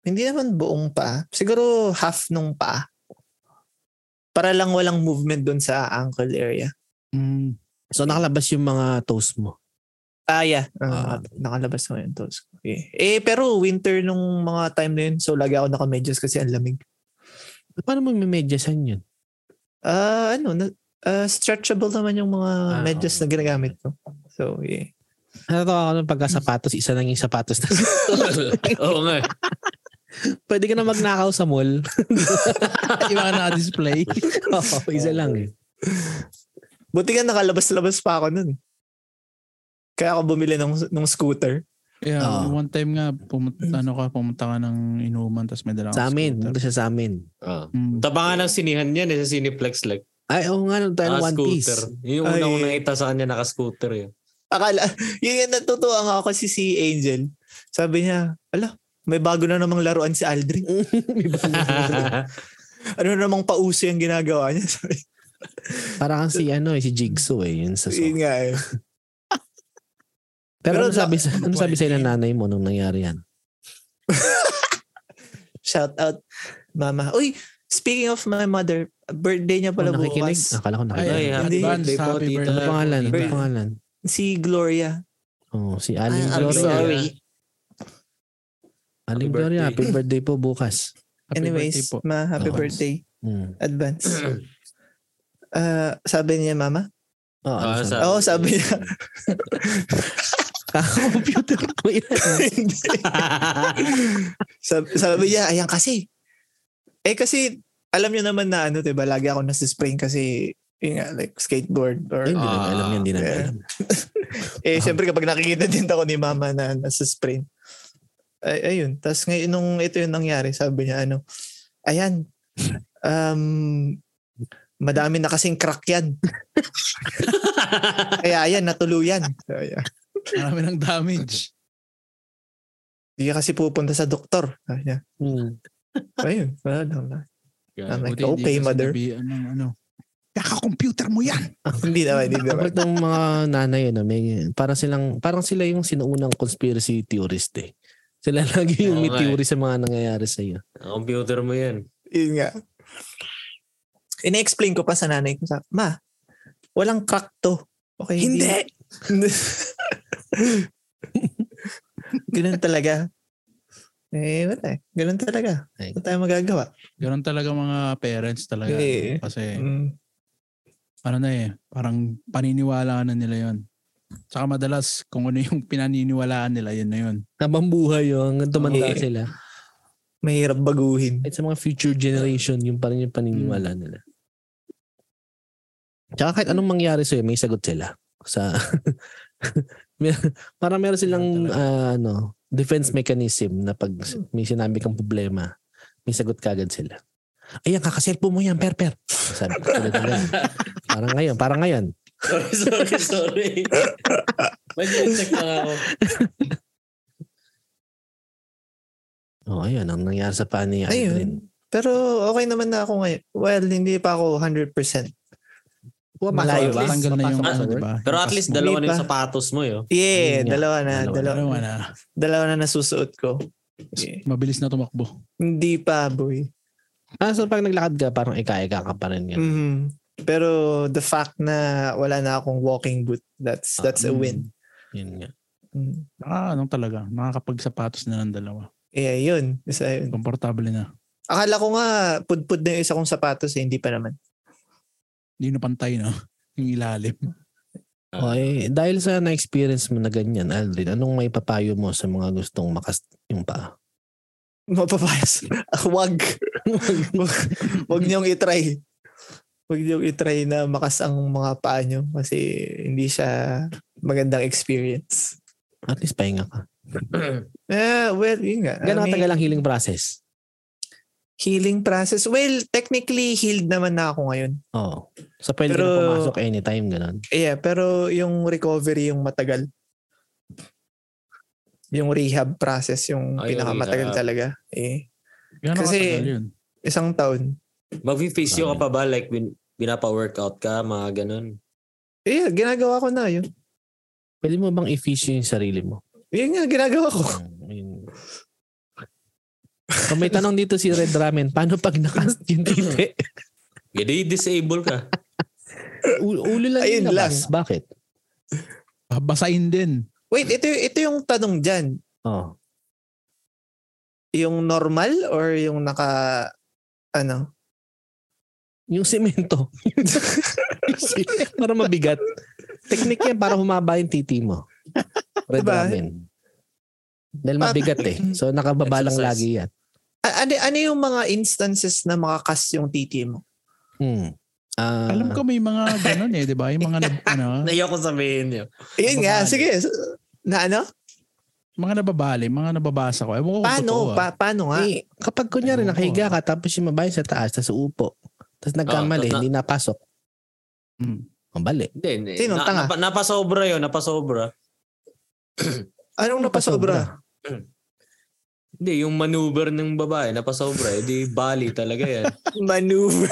hindi naman buong pa. Siguro half nung pa. Para lang walang movement doon sa ankle area. Mm. So nakalabas yung mga toes mo. Ah, yeah. Ah. Ah, naka- nakalabas na yung toes ko. Okay. Eh, pero winter nung mga time na yun, so lagi ako nakamedyas kasi ang lamig. Paano mo memedyasan yun? Ah, ano, na, ah, stretchable naman yung mga Ah, medyas okay. na ginagamit ko. So, yeah. Natatawa ako ng pagkasapatos, isa lang yung sapatos. na- [LAUGHS] [LAUGHS] Oo nga. eh. Pwede ka na magnakaw sa mall. [LAUGHS] yung mga naka-display. Oo, isa lang eh. Buti nga nakalabas-labas pa ako nun. Kaya ako bumili ng, ng scooter. Yeah, Oo. yung one time nga, pumunta, ano ka, pumunta ka ng inuman tapos may dala Sa kang amin, scooter. punta siya sa amin. Ah. Mm. Tabangan ng sinihan niya, eh, sa Cineplex like. Ay, oo nga, nung tayo ng Ah, One Piece. [LAUGHS] scooter. Yung Ay. una kong nakita sa kanya, naka-scooter eh. [LAUGHS] yun. Akala, [LAUGHS] yun yung natutuwa nga ako si si Angel. Sabi niya, ala, may bago na namang laruan si Aldrin. May bagong- Ano na namang pauso yung ginagawa niya? [LAUGHS] Sabi, Parang kang [LAUGHS] si ano eh, si Jigsaw eh, yun sa song. yun nga eh. Pero ano Pero sabi, na- ano sabi sa'yo ng nanay mo nung nangyari yan? Shout out, mama. Uy, speaking of my mother, birthday niya pala Kung Oh, nakikinig? bukas. Akala ko nakikinig. Ay, hindi. happy birthday po, Happy tita. birthday. Ano pangalan? Ano Birthday. pangalan? Si Gloria. Ah, Oh, si Aling I'm Gloria. sorry. Aling Happy Gloria, birthday. happy birthday po bukas. Happy birthday Anyways, po. ma, happy Oo. birthday. Hmm. Advance. Ah, sabi niya, mama. Oh, ano Ah, sabi? [LAUGHS] sabi- Oo, sabi niya. [LAUGHS] Computer ko yan. sabi, sabi niya, ayan kasi. Eh kasi, alam niyo naman na ano, 'di ba? Lagi ako nasa spring kasi, yun nga, like skateboard or Ay, Hindi namin alam yan, hindi namin Ah. alam. Eh, syempre kapag nakikita din ako ni mama na nasa sprint. Ay, ayun. Tapos ngayon, nung ito yung nangyari, sabi niya, ano, ayan, um, madami na kasing crack [LAUGHS] yan. Kaya ayan, natuluyan. Kaya, Marami ng damage. Hindi ka kasi pupunta sa doktor. Sabi niya, Hmm. ayun, ano. wala lang. na. I'm like, Buti hindi okay, ka mother. sinabihan ng ano. Kaka-computer mo yan! [LAUGHS] hindi naman, hindi naman. [LAUGHS] Kapag ng mga nanay, ano, may, parang, silang, parang sila yung sinuunang conspiracy theorist eh. Sila [LAUGHS] lagi yung Oo may nga eh. theory sa mga nangyayari sa iyo. Computer mo yan. Yun nga. Ina-explain ko pa sa nanay ko. Sa, Ma, walang crack to. Okay, Hindi. Hindi. [LAUGHS] Ganun talaga. Eh, wala eh. Ganun talaga. Ay. Wala tayong magagawa. Ganun talaga mga parents talaga. Eh. Kasi Mm. ano na eh, parang paniniwala na nila yon. Tsaka madalas kung ano yung pinaniniwalaan nila, yun na yun. Habang buhay yung tumanda Oo. sila. Mahirap baguhin. Kahit sa mga future generation, yung pa rin yung paniniwala nila. Tsaka kahit anong mangyari sa'yo, may sagot sila. Sa, [LAUGHS] Mer- parang meron silang ah, ano, defense mechanism na pag may sinabi kang problema, may sagot kagad sila. Ayan, kakaselfo mo yan, per, per. Sabi ko, tulad na yan. parang ngayon, parang ngayon. [LAUGHS] Sorry, sorry, sorry. Mag-check lang ako. Oh, ayun, ang nangyari sa paa ni Adrian. Ayun. Pero okay naman na ako ngayon. Well, hindi pa ako 100%. Malayo ba? Tanggal na yung Papasok ano, sa di ba? Pero at least dalawa na yung Hindi sapatos mo, eh, oh. [CLEARS THROAT] yo. Ayun Yeah, nga. dalawa na. Dalawa. Dalawa, Dalawa na. na. Dalawa na nasusuot ko. Yeah. Mabilis na tumakbo. Hindi pa, boy. Ah, so pag naglakad ka, parang ika-ika ka pa rin. Yan. Mhm. Pero the fact na wala na akong walking boot, that's that's a win. Yun nga. Mm. Ah, anong talaga? Nakakapagsapatos na ng dalawa. Yeah, yun. Isa yun. Komportable na. Akala ko nga, pudpud na yung isa kong sapatos, eh, hindi pa naman. [LAUGHS] Hindi na pantay, no? [LAUGHS] Yung ilalim. Okay, dahil sa na-experience mo na ganyan, Aldrin, anong may papayo mo sa mga gustong makas yung paa? Mapapayas. [LAUGHS] Wag. wag, wag niyong itry. Wag niyong itry na makas ang mga paa niyo kasi hindi siya magandang experience. At least pahinga ka. Eh, well, yun nga. Gano'ng May katagal ang healing process? Healing process. Well, technically, healed naman na ako ngayon. Oo. So pwede ka Pero- na pumasok anytime, gano'n. Yeah, pero yung recovery yung matagal. Yung rehab process yung Ay, yung pinakamatagal rehab. talaga. Eh, Gano'ng Kasi- katagal yun? isang taon. Mag-physio ka pa ba? Like, bin, binapa-workout ka, mga ganun. Eh, ginagawa ko na yun. Pwede mo bang i-fish yung sarili mo? Yun nga, ginagawa ko. [LAUGHS] Mm, yun. So may tanong dito si Red Ramen, paano pag nakast [LAUGHS] yung titi? Hindi, disable ka. U- ulo lang yung Ayun labas. Bakit? Basain din. Wait, ito, ito yung tanong dyan. Oo. Yung normal or yung naka, ano? Yung simento. para mabigat. Technique yan para humaba yung titi mo. Red Diba? ramen. Dahil Pa- mabigat eh. So nakababa lang Exercise. lagi yan. A- ano, ano yung mga instances na makakas yung titi mo? Hmm. Ah, Alam ko may mga ganun eh, di ba? Yung [LAUGHS] mga, nab- ano, Ayoko sabihin yun. Yun nga, Babali. sige. Na ano? mga nababali, mga nababasa ko. Ewan ko kung totoo, Paano? ah. Pa, paano nga? eh, kapag kunyari Ayoko, nakahiga ka tapos yung babae sa taas tapos uupo. Tapos nagkamali, tapos na- hindi napasok. Hmm. Mm. Mabali. Hindi, hindi. Sino, Na- tanga? napa- napasobra yun, napasobra. Anong napasobra? Hindi, yung maneuver ng babae, napasobra. Eh, di bali talaga yan. [LAUGHS] [LAUGHS] Maneuver.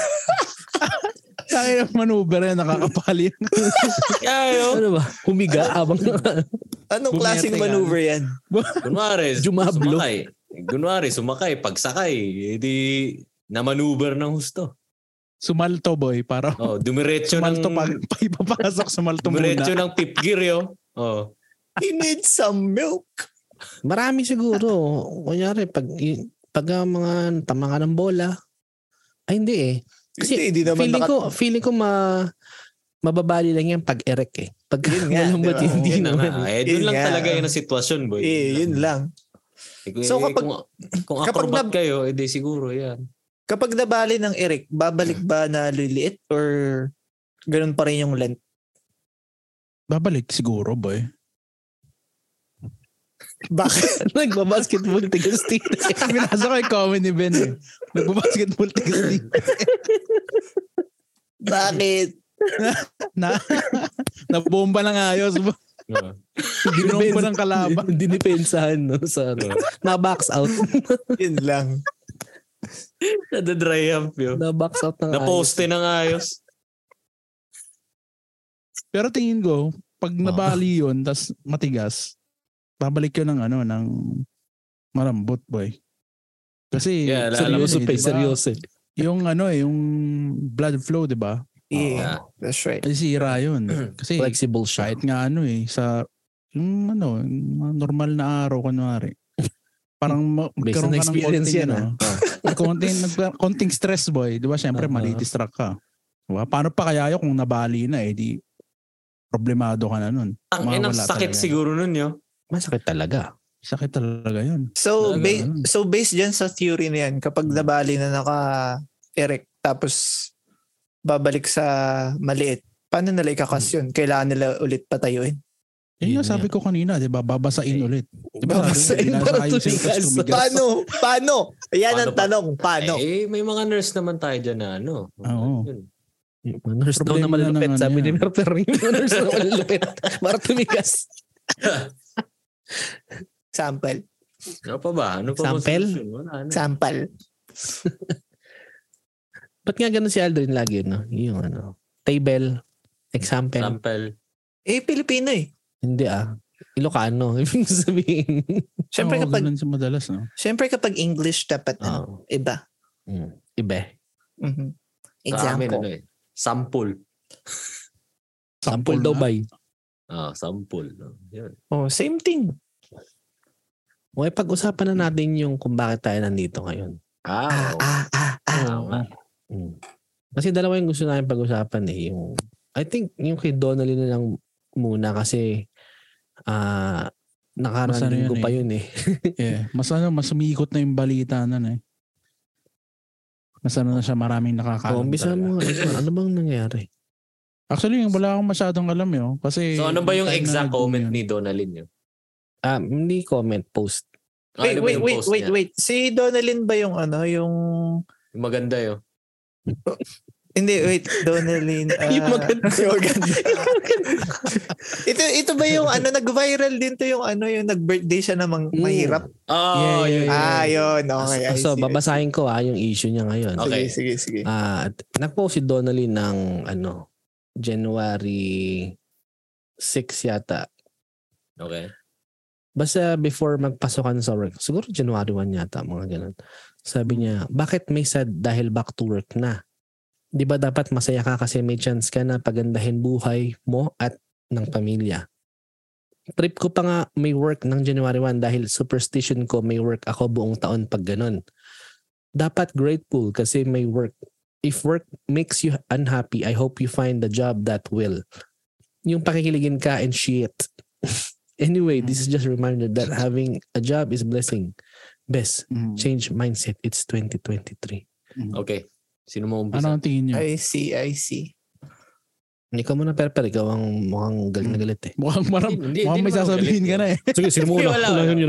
Tayo ng maneuver yan, nakakapali. [LAUGHS] Ayaw. Ano ba? Humiga abang Anong Bumerte klaseng yan. maneuver yan? Kunwari, Jumablo. sumakay. Kunwari, sumakay, pagsakay, eh, di namanuber ng husto. Sumalto boy, para Oh, dumiretso ng sumalto pa, pa ipapasok, sumalto dumiretso muna. ng tip gear yo. [LAUGHS] Oh. He needs some milk. [LAUGHS] Marami siguro. Kunyari, pag, pag ah, mga tama ka ng bola, ay hindi eh. Kasi hindi, hindi naman feeling naka- ko, feeling ko ma, mababali lang yan pag erect eh. Pag Yun nga, malambot, di ba? hindi Yun na naman. [LAUGHS] nga. eh. Eh, doon Yun lang nga. talaga yun ang sitwasyon, boy. Eh, yun lang. Eh, so, So, kapag- kapag, kung, kung kapag acrobat kayo, eh, di siguro yan. [LAUGHS] Kapag nabali ng Eric, babalik ba na liliit or ganun pa rin yung length? Babalik siguro boy. Bakit? Nagbabasketball tigas [LAUGHS] tita. Binasa ko yung comment ni Ben eh. Nagbabasketball tigas di. Bakit? [LAUGHS] Na, nabomba na nga ayos. Oh. Binomba ng kalaban. [LAUGHS] Dinipensahan no, sa ano. Na-box out. [LAUGHS] yun lang. Nadadry up yun. Na-box out ng Naposte ng ayos. Pero tingin ko, pag nabali yun, tas matigas, babalik yun ng ano, ng marambot boy. Kasi, Yeah, ayos. alam mo Seryoso yun eh, pa, eh, di ba? seryoso. eh. Yung ano eh, yung blood flow, diba? di ba? Yeah, Ah. Yeah. that's right. [CLEARS THROAT] Ay, sira yun. Kasi Flexible siya. kahit nga ano eh, sa yung ano, yung mga normal na araw kunwari. Parang ma- Based on magkaroon ka ng experience konting, yan. ano, ah. Uh-huh. Oh. [LAUGHS] konting, nagka- konting stress boy. Di ba? Siyempre, Oo. mali-distract ka. Diba? Paano pa kaya yun kung nabali na eh, di problemado ka na nun. Ang inang Mawawala sakit talaga. siguro nun yun. Masakit talaga. Sakit talaga yun. So, Talaga, ba- ano? so based dyan sa theory na yan, Hmm. kapag nabali na naka-erect tapos babalik sa maliit, paano nila Hmm. ikakas yun? Kailangan nila ulit patayuin? Yun Yun nga sabi ko kanina, di ba? Babasain Ay. ulit. Di ba? Babasain Sabi ko, para inasahin sa'yo, tumigas. tapos tumigas. Paano? Paano? Ayan Paano ang ba? tanong. Paano? Eh, may mga nurse naman tayo dyan na ano. Oo. Yun. Yung mga Nurse daw Problema na na malulupit. ng ano Sabi ni yan. Merter, yung mga [LAUGHS] nurse na malulupit. Para tumigas. Sample. Ano pa ba? Ano pa ba Sample? solusyon? Wala na. Sample. Ba't nga ganun si Aldrin lagi, no? Yung ano, table, example. Sample. Eh, Pilipino eh. Hindi ah. Ilocano. [LAUGHS] Ibig sabihin. Siyempre Oo, kapag, ganun siya madalas, no? siyempre kapag English, dapat Ah. Oh. ano, iba. Mm. Ibe. Mhm. Sa amin, ano Example. eh. Sample. Sample daw na. bay. Ah, sample. no? Yun. Oh, same thing. Okay, eh, pag-usapan na natin yung kung bakit tayo nandito ngayon. Ah, Ah, oo. ah, ah, ah. Oo nga. Mm. Kasi dalawa yung gusto namin pag-usapan eh. Yung, I think yung kay Donnelly na lang muna kasi ah Mas ano nakarating yun ko pa eh. yun eh. Yeah. Mas ano, mas umiikot na yung balita na eh. Mas ano na siya, maraming nakakalam. Oh, umpisa Ah, talaga. mo. Ano ano bang nangyari? Actually, yung wala akong masyadong alam yun. Kasi... So ano ba yung time na exact nag-boom comment yun. ni Donalyn yun? Ah, hindi comment, post. Ah, Wait, ano ba wait, yung wait, post wait, niya? wait. Si Donalyn ba yung ano, yung... Yung Maganda yun. Hindi, wait. Donalyn. ah, Yung maganda. [LAUGHS] yung maganda. ito, ito ba yung ano, nag-viral din to yung ano, yung nag-birthday siya namang Mm. mahirap. Yeah, Oh, yeah, yun, yun. Ah, yun. Okay. I so, see, I babasahin ko ah, yung issue niya ngayon. see. Okay. Sige, sige, sige. Ah, at nag-post si Donnelly ng ano, January 6 yata. Okay. Basta before magpasokan sa work, siguro January 1 yata, mga ganun. Sabi niya, bakit may sad dahil back to work na? Di ba dapat masaya ka kasi may chance ka na pagandahin buhay mo at ng pamilya? Trip ko pa nga may work ng January 1 dahil superstition ko may work ako buong taon pag ganun. Dapat grateful kasi may work. If work makes you unhappy, I hope you find the job that will. Yung pakikiligin ka and shit. Anyway, this is just a reminder that having a job is blessing. Best Mm. change mindset. It's 2023. Okay. Sino mo Ano umpisa? ang tingin niyo? I see, I see. Ikaw muna, pero pero ikaw ang mukhang galit na galit eh. Mukhang marami. Hindi, Mukhang may sasabihin ka na eh. Sige, [LAUGHS] Wala, wala. yun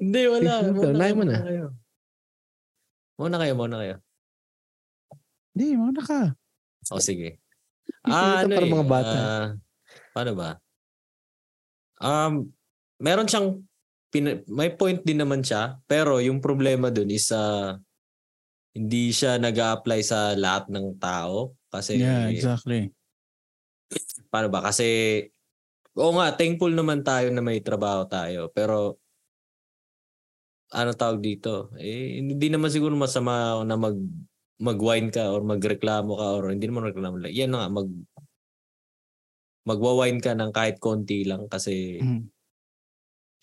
Hindi, wala. Sige, Mauna unahin mo kayo, na. mauna kayo. Mauna kayo, mauna kayo. Hindi, mauna ka. O sige. Ah, Ito ano para eh, mga bata. ah, paano ba? Um, meron siyang, pina- may point din naman siya, pero yung problema dun is ah, hindi siya nag apply sa lahat ng tao. Kasi, Yeah, exactly. paano ba? Kasi, oo nga, thankful naman tayo na may trabaho tayo. Pero, ano tawag dito? Eh, hindi naman siguro masama na mag mag-whine ka or magreklamo ka or hindi naman reklamo lang. Yan na nga, mag magwa-whine ka ng kahit konti lang kasi Mm.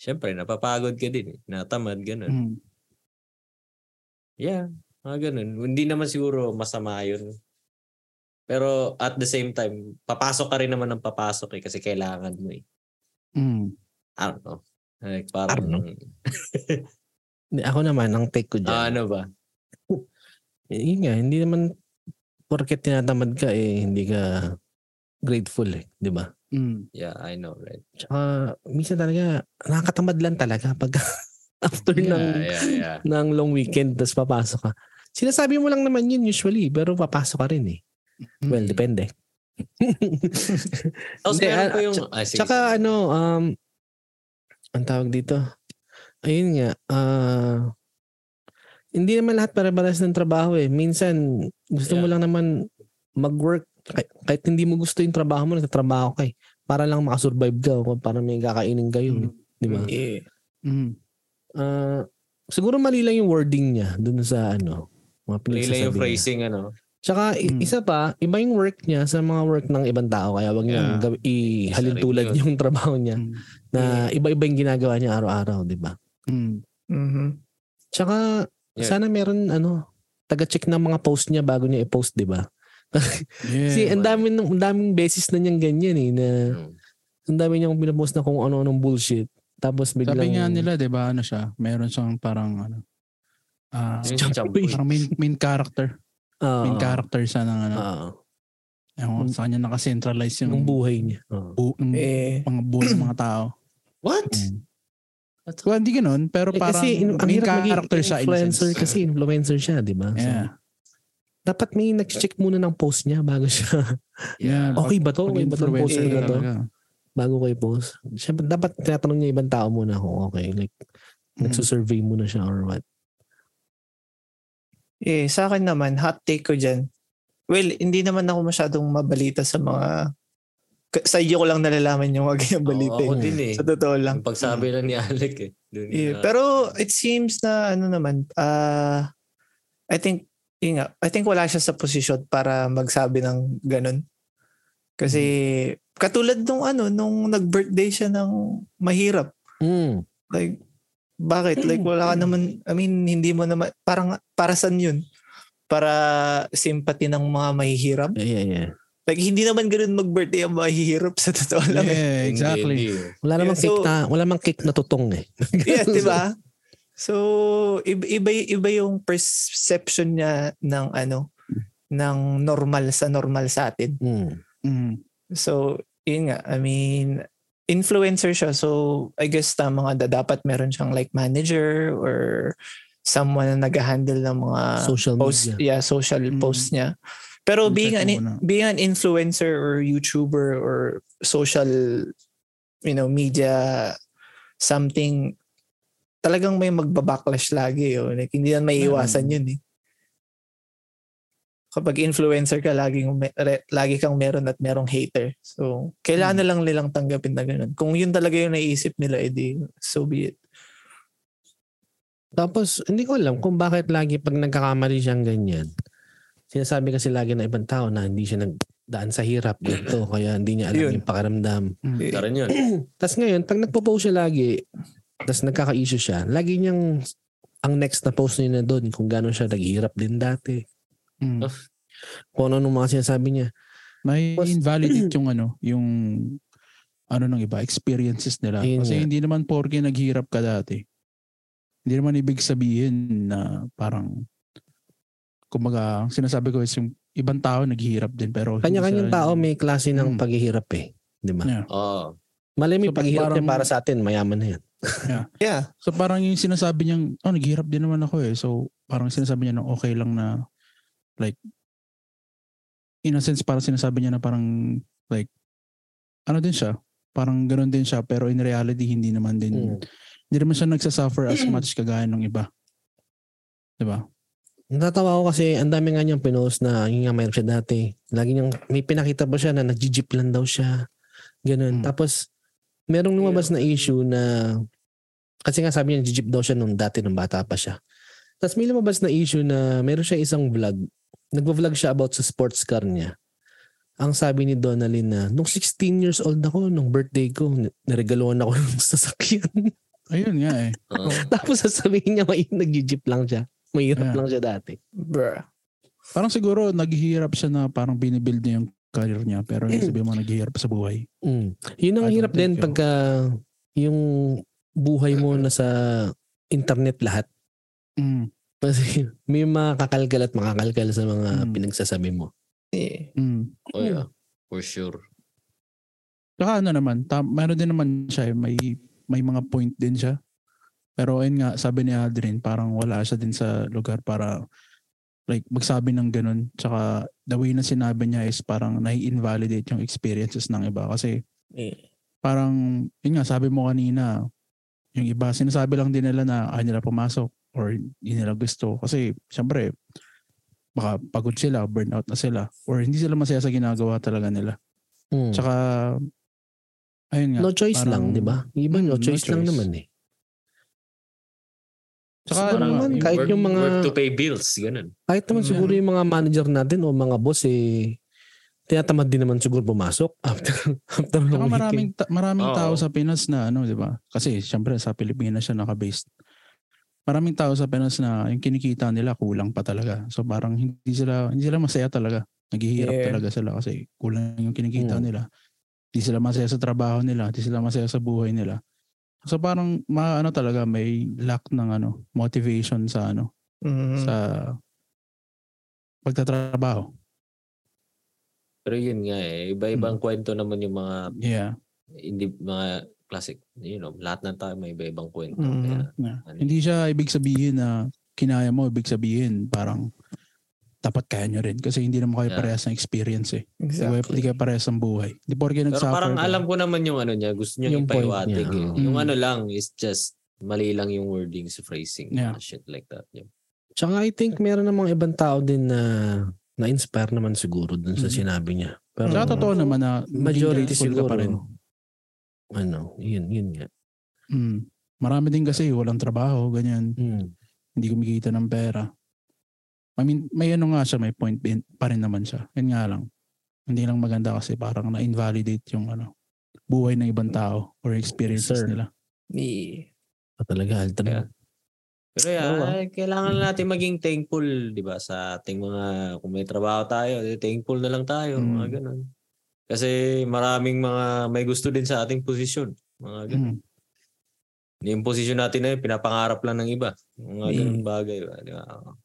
syempre napapagod ka din eh. Natamad, ganun. Mm. Yeah, mga ganun. Hindi naman siguro masama yun. Pero at the same time, papasok ka rin naman ng papasok eh kasi kailangan mo eh. Mm. I don't know. Like, parang, I don't Hindi, Ako naman, ang take ko dyan. Ah, ano ba? Eh, yun nga, hindi naman porket tinatamad ka eh, hindi ka grateful eh, di ba? Mm. Yeah, I know, right? Tsaka, minsan talaga, nakakatamad lang talaga pag [LAUGHS] after ng, Yeah, yeah, [LAUGHS] yeah. ng long weekend, tapos papasok ka. Sinasabi mo lang naman yun usually, pero papasok ka rin eh. Well, Mm. depende. Tapos Hindi, meron ah, pa yung... Ah, sige, Tsaka sige. ano, um, ang tawag dito, ayun nga, ah, hindi naman lahat pare-pares ng trabaho eh. Minsan, gusto mo Yeah. lang naman mag-work. Kahit, kahit hindi mo gusto yung trabaho mo, nagtatrabaho ka eh. Para lang makasurvive ka o para may kakainin kayo. eh. Di ba? Mm. Yeah. Mm. Ah, siguro mali lang yung wording niya dun sa ano, mga Mali lang yung pinagsasabi niya. phrasing, ano. Tsaka i- Hmm. isa pa, iba yung work niya sa mga work ng ibang tao. Kaya wag Yeah. niyang gaw- ihalin Isa rin tulad yun. yung [LAUGHS] trabaho niya Mm. na iba-iba yung ginagawa niya araw-araw, di ba? Mm. Mm-hmm. Tsaka Yeah. sana meron ano, taga-check ng mga post niya bago niya i-post, di ba? Yeah. Kasi ang daming ang daming beses na niyang ganyan eh na Mm. ang dami niyang pinapost na kung ano-anong bullshit. Tapos biglang Sabi nga nila, di ba, ano siya, meron siyang parang, ano, ah, Yung Jump jump way. boy. parang main, main character. ah, Main character siya ng, ano, ah, ewan ko, sa kanya nakacentralize yung yung buhay niya. Ah. bu- ng Eh, mga buhay ng mga tao. What? Mm. Well, hindi ganun, pero Eh, parang kasi in, ang main hirap maging character siya in a sense. influencer kasi influencer siya, di ba? So, Yeah. dapat may nag-check muna ng post niya bago [LAUGHS] siya. Yeah. Mm. okay ba to? Okay ba tong post Pag-influencer ko na ka to? talaga. Bago ko i-post. Siyempre, dapat tinatanong niya ibang tao muna kung okay. Like, Mm. nagsusurvey muna siya or what. eh, sa akin naman, hot take ko dyan. Well, hindi naman ako masyadong mabalita sa mga... k- Sa iyo ko lang nalalaman yung wag yung Oo, balita. ako eh. din eh. Sa totoo lang. Yung pagsabi lang ni Alec eh. Dun Yeah, na- pero it seems na ano naman, ah I think, yun nga, I think wala siya sa posisyon para magsabi ng ganun. Kasi Hmm. katulad nung ano, nung nag-birthday siya ng mahirap. Mm. Like, bakit? Like, wala ka naman, I mean, hindi mo naman, parang, para saan yun? Para sympathy ng mga mahihirap? Yeah, yeah, yeah. Like, hindi naman ganun mag-birthday ang mahihirap sa totoo lang. eh. Yeah, Hindi, exactly. hindi. Wala namang Yeah, so- cake na, wala namang cake na tutong eh. yeah, di ba? So, iba, iba, iba yung perception niya ng ano, ng normal sa normal sa atin. Mm. Mm. So, yun nga, I mean, influencer siya. So, I guess tama nga, da- dapat meron siyang like manager or someone na nag-handle ng mga Social post, media. yeah, social Mm. posts niya. Pero Check being an, muna. being an influencer or YouTuber or social, you know, media something, talagang may magbabacklash lagi. Oh. Like, hindi yan may iwasan Mm. yun eh. Kapag influencer ka, laging, may- re- lagi kang meron at merong hater. So, Mm. kailangan na lang nilang tanggapin na ganun. Kung yun talaga yung naisip nila, edi so be it. Tapos, hindi ko alam kung bakit lagi pag nagkakamali siyang ganyan, sinasabi kasi lagi ng ibang tao na hindi siya nagdaan sa hirap, [CLEARS THROAT] ganito, kaya hindi niya alam Yun. yung pakiramdam. Mm. Isa rin [CLEARS THROAT] yun. Tapos ngayon, pag nagpo-post siya lagi, tapos nagkaka-issue siya, lagi niyang ang next na post niya na doon kung gano'n siya naghihirap din dati. Mm. Kung ano nung mga sinasabi niya. May [CLEARS THROAT] Tapos- invalidate yung ano, yung ano ng iba, experiences nila. Yun nga. Kasi hindi naman porke naghirap ka dati. Hindi naman ibig sabihin na parang kumbaga, ang sinasabi ko is yung ibang tao naghihirap din pero hindi Kanya-kanyang sila- tao may klase ng Mm. paghihirap eh. Di ba? Yeah. Oo. Malay mo So, yung paghihirap parang- niya para sa atin, mayaman na yan. Yeah. So parang yung sinasabi niyang, oh, naghihirap din naman ako eh. So parang sinasabi niya na okay lang na like, in a sense parang sinasabi niya na parang like, ano din siya, parang ganun din siya pero in reality hindi naman din, Mm. hindi naman siya nagsasuffer as much kagaya ng iba. Diba? Natatawa ako kasi ang dami nga niyang pinost na yun nga mayroon siya dati. Lagi niyang, may pinakita ba siya na nagji-jeep lang daw siya. Ganun. Mm. Tapos, merong lumabas na issue na, kasi nga sabi niya nagji-jeep daw siya nung dati nung bata pa siya. Tapos may lumabas na issue na meron siya isang vlog. Nagvo-vlog siya about sa sports car niya. Ang sabi ni Donalyn na, nung 16 years old ako, nung birthday ko, ni- niregaluhan ako [LAUGHS] ng sasakyan. Ayun nga eh. Oo. [LAUGHS] Tapos sasabihin niya, may nagji-jeep lang siya. Mahirap Yeah. lang siya dati. Bruh. Parang siguro naghihirap siya na parang binibuild niya yung career niya pero yung sabi mo naghihirap sa buhay. Mm. Yun ang I don't hirap din think, oh. pagka yung buhay mo nasa internet lahat. [LAUGHS] Mm, Kasi may mga kakalkal at makakalkal sa mga Mm. pinagsasabi mo. Yeah. mm. Oh, yeah. For sure. Saka ano naman, tam, meron din naman siya, eh, may, may mga point din siya. Pero ayun nga, sabi ni Aldrin, parang wala siya din sa lugar para like magsabi ng ganun. Tsaka the way na sinabi niya is parang nai-invalidate yung experiences ng iba. Kasi Eh. parang, yun nga, sabi mo kanina, yung iba, sinasabi lang din nila na ayaw nila pumasok or hindi nila gusto. Kasi syempre, baka pagod sila, burnout na sila, or hindi sila masaya sa ginagawa talaga nila. Mm. Tsaka, ayun nga. no choice lang, parang- di ba? Iba Mm, no no choice lang choice. naman eh. Tsaka Siguro ano naman, nga, kahit work, yung mga- work to pay bills, ganun. Kahit naman Mm. siguro yung mga manager natin o mga boss eh, tinatamad din naman siguro pumasok after, [LAUGHS] after Saka long maraming, weekend. ta- maraming Oo. tao sa Pinas na ano, di ba? Kasi syempre sa Pilipinas siya naka-based. Maraming tao sa Pinas na yung kinikita nila kulang pa talaga. So parang hindi sila hindi sila masaya talaga. Naghihirap Yeah. talaga sila kasi kulang yung kinikita Hmm. nila. Hindi sila masaya sa trabaho nila, hindi sila masaya sa buhay nila. So parang maano talaga may lack ng ano, motivation sa ano, Hmm. Mm. sa pagtatrabaho. Pero yun nga eh, iba-ibang Mm. kwento naman yung mga Yeah. hindi mga classic, you know, lahat ng tao may iba-ibang kwento. Mm. Kaya, Yeah. ano, Hindi siya ibig sabihin na kinaya mo, ibig sabihin parang dapat kaya nyo rin kasi hindi naman kayo Yeah. parehas ng experience eh. Hindi kayo- Hindi Exactly. kayo parehas ng buhay. Di porke Pero nagsuffer parang ka. alam ko naman yung ano niya, gusto niya Yung point niya, ipaiwatig. eh. oo. Hmm. Yung Mm. ano lang is just mali lang yung wording sa phrasing. ah, Yeah. Shit like that. Yeah. Tsaka I think meron namang ibang tao din na na-inspire naman siguro dun sa Mm. sinabi niya. Tsaka Pero totoo naman na Mm. majority maging thankful siguro. ka pa rin. ano, yun, yun nga. Mm. Marami din kasi walang trabaho, ganyan. Mm. Hindi kumikita ng pera. I mean, may ano nga siya, may point bin- pa rin naman siya. Yan nga lang. Hindi lang maganda kasi parang na-invalidate yung ano, buhay ng ibang tao or experiences Sir. nila. Ni- Ah, Talaga, alter. Yeah. Pero yeah, Oo, ah. ay, kailangan natin maging thankful, di ba, sa ating mga, kung may trabaho tayo, eh, thankful na lang Mm. tayo, Hmm. mga ganun. Kasi maraming mga may gusto din sa ating posisyon. Mga Mm. ganun. Hmm. Yung posisyon natin na yun, pinapangarap lang ng iba. Mga Mm. ganun bagay, di ba? Oh. Oo.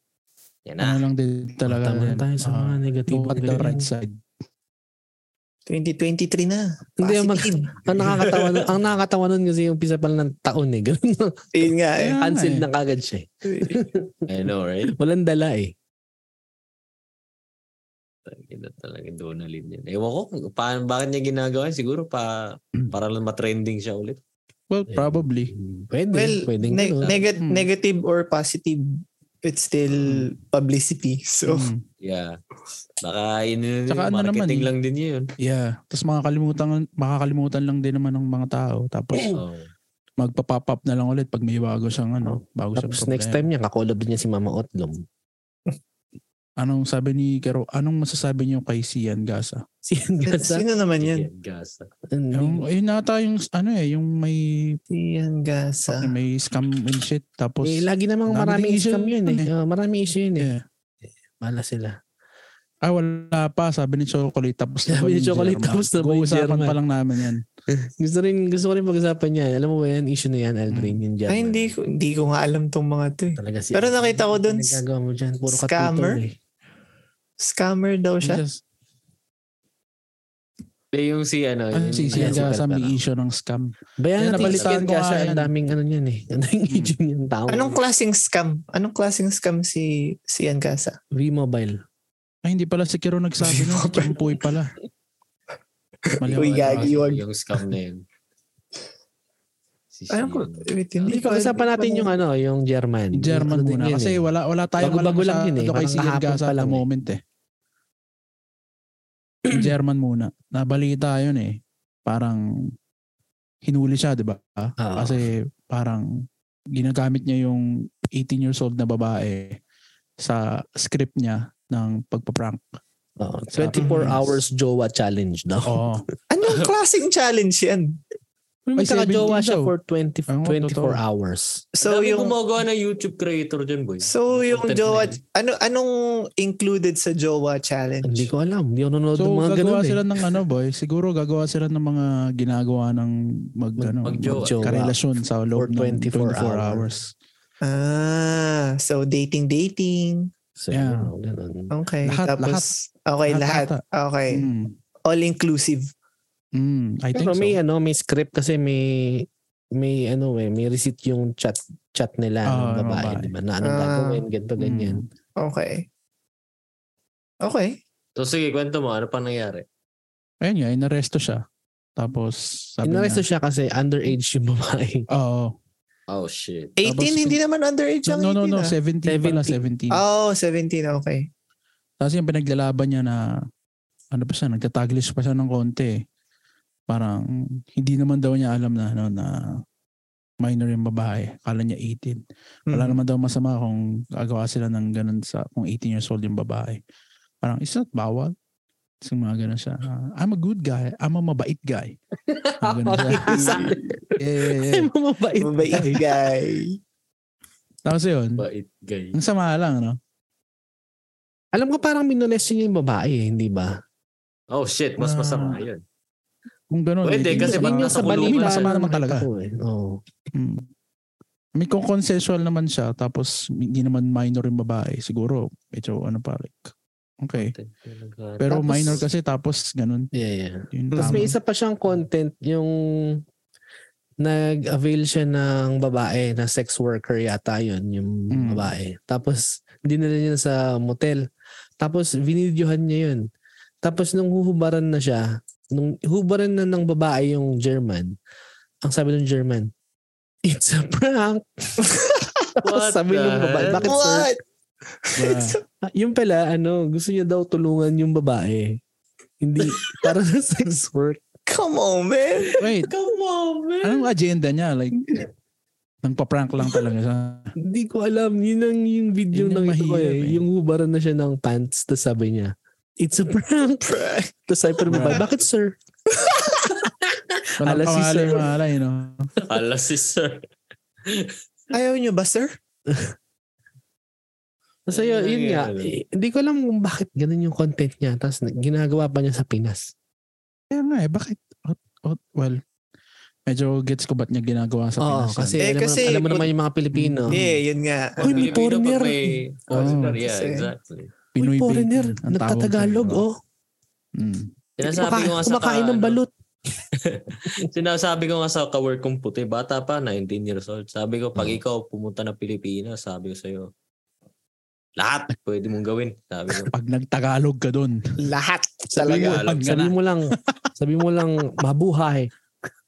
Yan na. Ano lang din talaga. Tama na yan. tayo sa Ah, mga negative. go at the right side. 2023 na. Hindi, Positive. mag- ang nakakatawa nun, ang nakakatawa nun kasi yung pisa pala ng taon eh. Ganun, [LAUGHS] Yun nga eh. Tama [LAUGHS] cancel eh. na kagad siya eh. I know, right? Walang dala eh. Ito talaga Donalyn yan. Ewan ko, kung paano, bakit niya ginagawa yun? Siguro pa, Hmm. para lang matrending siya ulit. Well, Eh, probably. Pwede, Well, pwedeng ano, ne- ganun. nega- Hmm. negative or positive, it's still publicity. So, Hmm. [LAUGHS] Mm. Yeah. Baka yun, yun, Tsaka yun, ano naman marketing eh. lang din yun. Yeah. Tapos makakalimutan, makakalimutan lang din naman ng mga tao. Tapos Oh. magpa-pop up na lang ulit pag may bago siyang ano, bago siyang Tapos next problema. time niya, kakolob niya si Mama Otlom. [LAUGHS] Anong sabi ni Kero, anong masasabi niyo kay Sian Gasa? Si ah. Ano Gasa. sino naman Ano yan? Yan, gas. Yung, yun nata yung ano eh, yung may Si Hangasa. may scam and shit. Tapos, Eh, lagi namang Dami maraming ding issue scam yun eh. yun eh. Oh, maraming issue yun eh. yeah. Mala sila. ah wala pa, sabi ni Chocolate. Tapos Sabi ni Chocolate, tapos na ba yung Usapan German? pa lang namin yan. Gusto rin, gusto ko rin pag-usapan yan. Alam mo ba yan, issue na yan, Aldrin, Mm. yung German. Ay, hindi ko, hindi ko nga alam tong mga to. eh. Talaga si Pero nakita ko dun, Ano Nagagawa mo dyan, puro ka scammer. Twitter eh. Scammer daw siya. Just, Hindi, yung si ano. ah, yun, si Sian Ayan, si Gasa may Perpera. issue ng scam. Bayan Yan, natin si nabalitaan Ken ko nga Gasha, ang yan. daming ano yan eh. [LAUGHS] Ang daming Hmm. agent yung tao. Anong klaseng scam? Anong klaseng scam si si Hangasa? V-Mobile. Ay, Ah, hindi pala si Kero nagsabi nun. Champoy pala. Mali ako. Uy, gagi yung, ano, yun. yung scam na yun. Si Anong Sian. kla- wait, Hindi ko, usapan natin yung ano, yung German. In German Ano din muna. yun Kasi eh. wala, wala tayong Bago-bago lang yun eh. ano kay Parang Sian kahapon Gasa pa at the lang eh. moment eh. [CLEARS THROAT] In German muna. Nabalita yun eh. Parang hinuli siya, di ba? Oo. Kasi parang ginagamit niya yung 18 years old na babae sa script niya ng pagpaprank. Oo, 24 hours jowa challenge daw. Oo. [LAUGHS] Anong klaseng challenge yan? May Ay, 17 jowa siya daw. for 20, Ayun, 24 totoo. hours. So Dami yung gumagawa ng YouTube creator dyan, boy. So yung Content jowa, na yun. ano anong included sa jowa challenge? Hindi ko alam. Hindi ako nanonood So ng mga ganun gagawa eh. sila ng ano boy, siguro gagawa sila ng mga ginagawa ng mag, ano, magjowa. karelasyon sa For loob ng 24 24 hours. hours. Ah, so dating dating. So, Yeah. ano, ganun. Okay, Lahat, tapos okay lahat. Lahat Okay. Mm. All inclusive. Mm, I eh. think Pero may so. ano, may script kasi may may ano eh, may receipt yung chat chat nila Oo, ng ng babae, babae. di ba? Na anong Ah. gagawin, ganito, ganyan. Mm. Okay. Okay. So sige, kwento mo, ano pa nangyari? Ayun nga, inaresto siya. Tapos sabi Inaresto niya, siya kasi underage yung [LAUGHS] babae. Oo. Oh, shit. 18 Tapos- hindi naman underage ang no, no, 18 no, ah. 17, pala, 17. Oh, 17 okay. Tapos yung pinaglalaban niya na ano pa siya, nagtataglish pa siya ng konti. Parang hindi naman daw niya alam na ano na minor yung babae. Akala niya 18. Wala naman daw masama kung gagawa sila ng ganun sa kung 18 years old yung babae. Parang, it's not bawal. So, mga ganun siya. Ah, I'm a good guy. I'm a mabait guy. Mga ganun siya. Ah, Yeah, yeah, yeah. mabait. Mabait guy. Tapos yun. Bait guy. Ang sama lang, ano? no? Alam ko parang minolest niya yung babae eh, hindi ba? Oh shit, Ah. mas masama [LAUGHS] yun. Kung ganun. Pwede, eh, yun kasi baka yung nasa sa balita, kulungan masama Nakita naman talaga. ko eh. Oo. Mm. May kung consensual naman siya, tapos hindi naman minor yung babae, siguro, medyo ano pa, like, okay. Pero Tapos- minor kasi, tapos ganun. Yeah, yeah. Yun, Tapos tama. may isa pa siyang content yung nag-avail siya ng babae na sex worker yata yun, yung Mm. babae. Tapos dinala niya sa motel. Tapos vinidyohan niya yun. Tapos nung huhubaran na siya, nung hubaran na ng babae yung German, ang sabi ng German, it's a prank. Tapos What sabi the ng babae, hell? bakit sir? What? [LAUGHS] Wala. Ah, Yung pala, ano, gusto niya daw tulungan yung babae. Hindi, para sa sex work. Come on, man. Wait, Come on, man. anong agenda niya? Like, nang paprank lang talaga siya. Hindi ko alam. Yun ang yung video Yun ng ang nakita ko mahirap eh. eh. Yung hubaran na siya ng pants. Tapos sabi niya, it's a [LAUGHS] prank. Tapos sabi pa ng babae, Right. bakit sir? Walang Alas si pangalay, sir. pangalay, no? Alas si sir. Ayaw niyo ba, sir? Tapos yun, yun nga. Nangyayari. eh, Hindi ko alam kung bakit ganun yung content niya. Tapos na- ginagawa pa niya sa Pinas. Kaya nga eh, bakit? Oh, oh, well, medyo gets ko ba't niya ginagawa sa Oo, Pinas. yun. kasi, Eh, alam, mo- kasi alam mo pag- naman yung mga Pilipino. Um, Yeah, yun nga. Uy, may Pilipino pag foreigner. may foreigner, Ah, yeah, Kasi- exactly. Uy, Pinoy bait foreigner. yun, ang tawag sa Nagtatagalog, kanila. oh. Mm. Sinasabi ko Kumaka- nga sa kumakain ka- ano, ng balut. Sinasabi ko nga sa kawork kong puti, bata pa, 19 years old. Sabi ko, pag ikaw pumunta na Pilipinas, sabi ko sa'yo, lahat pwede mong gawin. Sabi ko, Pag nagtagalog ka doon, Lahat Sabi talaga. mo, Pag Sabi gana- mo lang, sabi mo lang, mabuhay.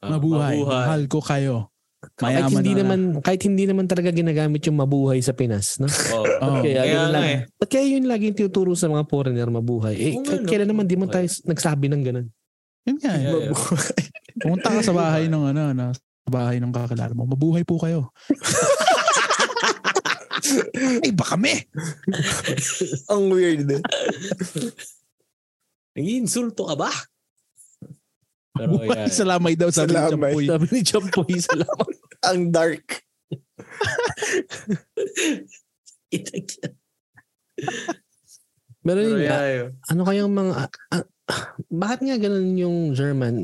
ah, mabuhay, mahal ko kayo. Kahit Mayaman hindi na- naman, kahit hindi naman talaga ginagamit yung mabuhay sa Pinas, no? Oo. Kaya Oo. Oh. Kaya yun nga lang. eh. Ba't kaya yun laging tinuturo sa mga foreigner mabuhay? Eh, Oo nga, kahit no? kailan naman di man tayo s- nagsabi ng ganun. Yun nga. eh. Yeah, yeah. Pumunta ka sa bahay ng ano, na, sa bahay ng kakilala mo. Mabuhay po [LAUGHS] kayo. Ay, ba kami? Ang weird. Nangiinsulto ka ba? Pero Buhay yeah. sa lamay daw. Sabi Sa sa lamay. lamay. Sabi ni Champoy sa lahat. Ang dark. Itag- Meron yun Pero nga, yeah, yun. ano kayang mga, ah, ah, bakit nga ganun yung German?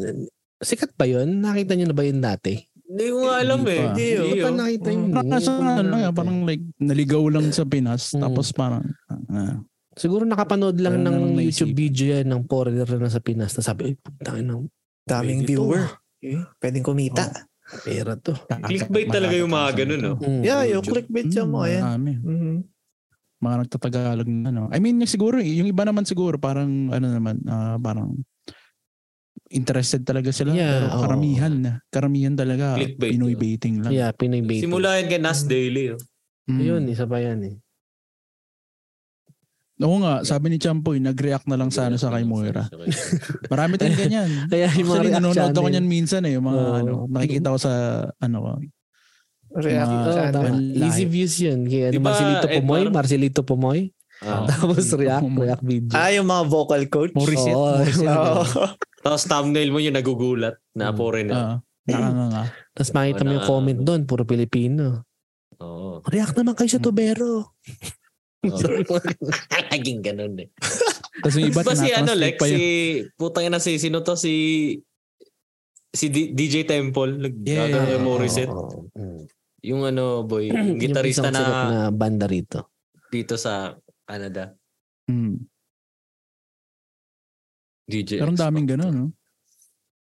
Sikat ba yun? Nakita niyo na ba yun dati? Hindi ko nga alam Hindi eh. pa. Hindi oh. Hindi ko yun. pa nakita yun. Parang nasa Mm. ano, Hindi ko yan, nakita. parang like naligaw lang sa Pinas. Mm. Tapos parang, ah, Siguro nakapanood lang ng Wala namang naisip. YouTube video yan ng foreigner na nasa Pinas na sabi, ay, putang ina, Daming Pwede to. viewer. Eh, Pwedeng kumita. Oh, mm. pera to. ah, Clickbait kakapagpasa talaga yung mga sa- ganun, no? Mm. Yeah, yung clickbait siya mo. Mm, Ayan. marami. Mhm. mga nagtatagalog na ano. I mean, yung siguro, yung iba naman siguro, parang, ano naman, ah, parang, interested talaga sila. Yeah, pero oo. karamihan na. Karamihan talaga, Clickbait, Pinoy no? baiting lang. Yeah, Pinoy bait. Simula yan kay Nas Daily. oh. Mm. Yun, isa pa yan eh. Oo nga, sabi ni Champoy, nag-react na lang sana sa kay Moira. [LAUGHS] [LAUGHS] Marami tayong ganyan. Kaya yung mga Actually, react nanonood ako channel. niyan minsan eh. Yung mga, Oo. ano, nakikita ko sa, ano, ko. React Mga- Oo, siya, Ah, Oh, tama. no? Lahi. Easy views yun. Kaya Di ano, ba, Marcelito Edmar? Pumoy, Marcelito Pumoy. Ah. [LAUGHS] Tapos Marcelito react, Pumoy. react video. Ah, yung mga vocal coach. Morissette. [LAUGHS] Oo. [LAUGHS] Morissette. Oo. Tapos thumbnail mo yung nagugulat na Mm. foreigner. Ah, nakanganga. Tapos makita mo yung Wala. comment doon, puro Pilipino. Oo. React naman kayo sa Hmm. Tubero. [LAUGHS] Oo. [LAUGHS] Laging Oh. ganun eh. Tapos yung iba, Ba si ano, tinatranslate Lex, pa si, yun. putang ina si, sino to, si, si D- DJ Temple, nag Yeah. ano, yung Oo. Morissette. Oo. Mm. Yung ano, [CLEARS THROAT] boy, Yung yung gitarista isang sikat na, na banda rito. dito sa Canada. Mm. DJ Pero ang X daming Factor. ganun, no?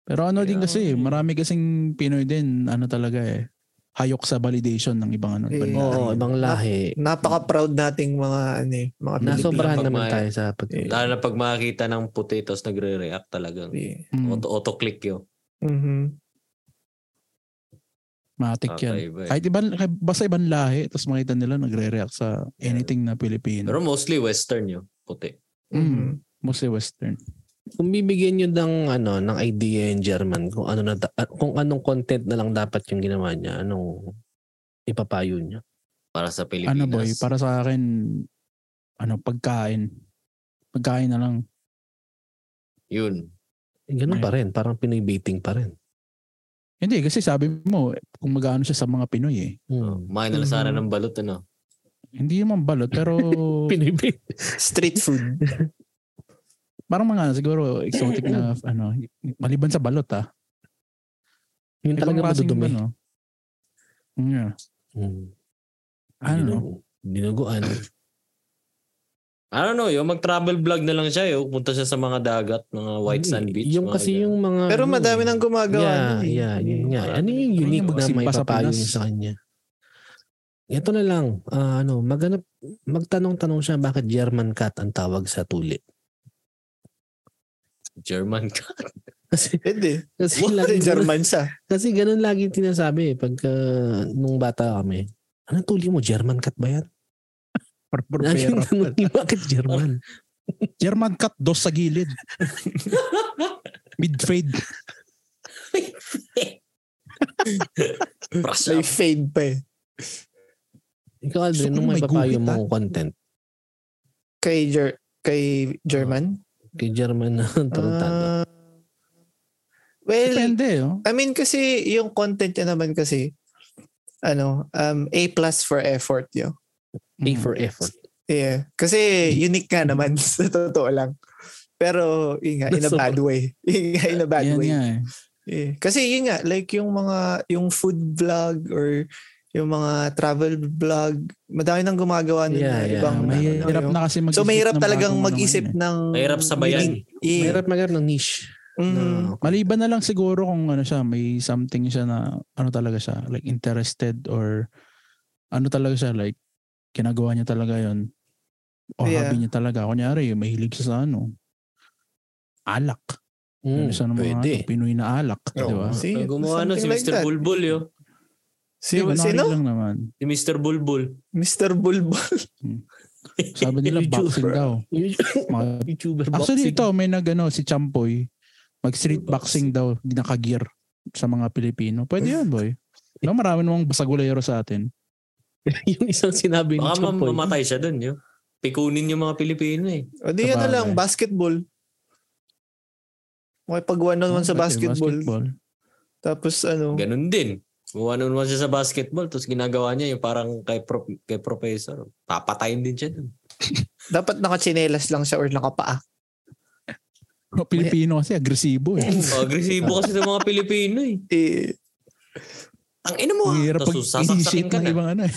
Pero ano din Kaya, kasi, eh. marami kasing Pinoy din, ano talaga eh, hayok sa validation ng ibang ano. Eh, ibang lahi. Oo, ibang lahi. Napaka-proud nating mga, ano eh, mga Na- Pilipino. Nasobrahan Pilipino, naman pagmaya. tayo sa pag Eh. Lalo na pag makakita ng puti, tapos nagre-react talagang. Yeah. Mm, Auto, auto-click yun. Mhm. matik yan. Kakaiba eh. Kahit ibang, kahit basta ibang lahi, tapos makita nila nagre-react sa anything na Pilipino. Mm-hmm. Pero mostly western yun, puti. Mm. Mostly Western. kung bibigyan niyo ng ano ng idea in German kung ano na da- kung anong content na lang dapat yung ginawa niya, anong ipapayo niya. para sa Pilipinas. Ano boy, para sa akin, ano, pagkain. Pagkain na lang. Yun. Eh, Ganun Ayun. pa rin, parang Pinoy baiting pa rin. Hindi, kasi sabi mo, kung magano siya sa mga Pinoy eh. Oh, Hmm. Kumain na lang sana Mhm. ng balot, ano? Hindi naman balot, [LAUGHS] pero Pinoy bait. Street food. parang mga siguro exotic [CLEARS THROAT] na, ano, maliban sa balot ah. [LAUGHS] Yung Ibang talaga klaseng madudumi. ano. Yeah. Hmm. Ano? Dinug- Dinuguan. I don't know, yung mag-travel vlog na lang siya, yung punta siya sa mga dagat, mga white sand beach. Yung mga kasi ganun. yung mga... Pero ano, madami nang Yeah, gumagawa. nun eh. yeah, yun nga. Ano yung Ano unique na yung may magsimba sa papayo Pinas? niyo sa kanya? Ito na lang, ah, ano, maghanap, magtanong-tanong siya bakit German cat ang tawag sa tuli. [LAUGHS] German ka. [LAUGHS] Kasi, Pwede. kasi, What lagi, in [LAUGHS] German siya? kasi ganun lagi tinasabi eh, pagka nung bata kami. Ano tuli mo? German cat ba yan? Par- par- Lagi pera. tanong, [LAUGHS] bakit German? German cut, dos sa [LAUGHS] gilid. Mid-fade. May Prasya. fade pa eh. Ikaw Gusto Aldrin, ko nung yung may may papayo gupit, ah. mong content Kay, Ger- kay German? kay German na [LAUGHS] tarantado. Ah, well, Depende, oh. I mean kasi yung content niya naman kasi ano, um, A plus for effort yun. A Mm. for effort. Yeah. Kasi unique nga naman [LAUGHS] sa totoo lang. Pero yun nga, in a So- bad way. [LAUGHS] Yun nga, in a bad Yan way. nga eh. Yeah. Kasi yun nga, like yung mga, yung food vlog or yung mga travel vlog, madami nang gumagawa nun Yeah, na yeah. ibang, Mahirap ano, na kasi mag So mahirap ano talagang eh. mag-isip ng... Mahirap sabayan. Yeah. Mahirap maghanap ng niche. Mm. na- Ah. Maliban na lang siguro kung ano siya, may something siya na ano talaga siya, like interested or ano talaga siya, like ginagawa niya talaga yon O Yeah. hobby niya talaga. Kunyari, mahilig siya sa ano, alak. Mm, ano siya ng mga pwede. ano, Pinoy na alak, di ba? See, Ang gumawa no, si something like Mr. that. Bulbul yun. Si, Kunwari sino? lang naman. Si Mr. Bulbul. Mr. Bulbul. Sabi nila boxing daw. [LAUGHS] Mga- YouTuber Actually ito, may nagano si Champoy. Mag street boxing daw, nakagear sa mga Pilipino. Pwede yun, boy. Diba marami namang basagulero sa atin. [LAUGHS] yung isang sinabi ni Baka ma- Champoy. mamatay siya dun yun. Pikunin yung mga Pilipino eh. O di ano Sabagay. lang, basketball. Makipag-one on one Ano sa Pwede, basketball. Tapos ano, Ganun din. Kung ano naman siya sa basketball, tapos ginagawa niya yung parang kay, pro- kay professor. Papatayin din siya dun. dapat nakachinelas lang siya or nakapaa. Mga Pilipino kasi agresibo eh. Agresibo kasi sa mga Pilipino eh. Eh, Ang ina mo Ang ah. hirap pag Tapos sasaksakin i-shit ka ng na. ibang ano eh.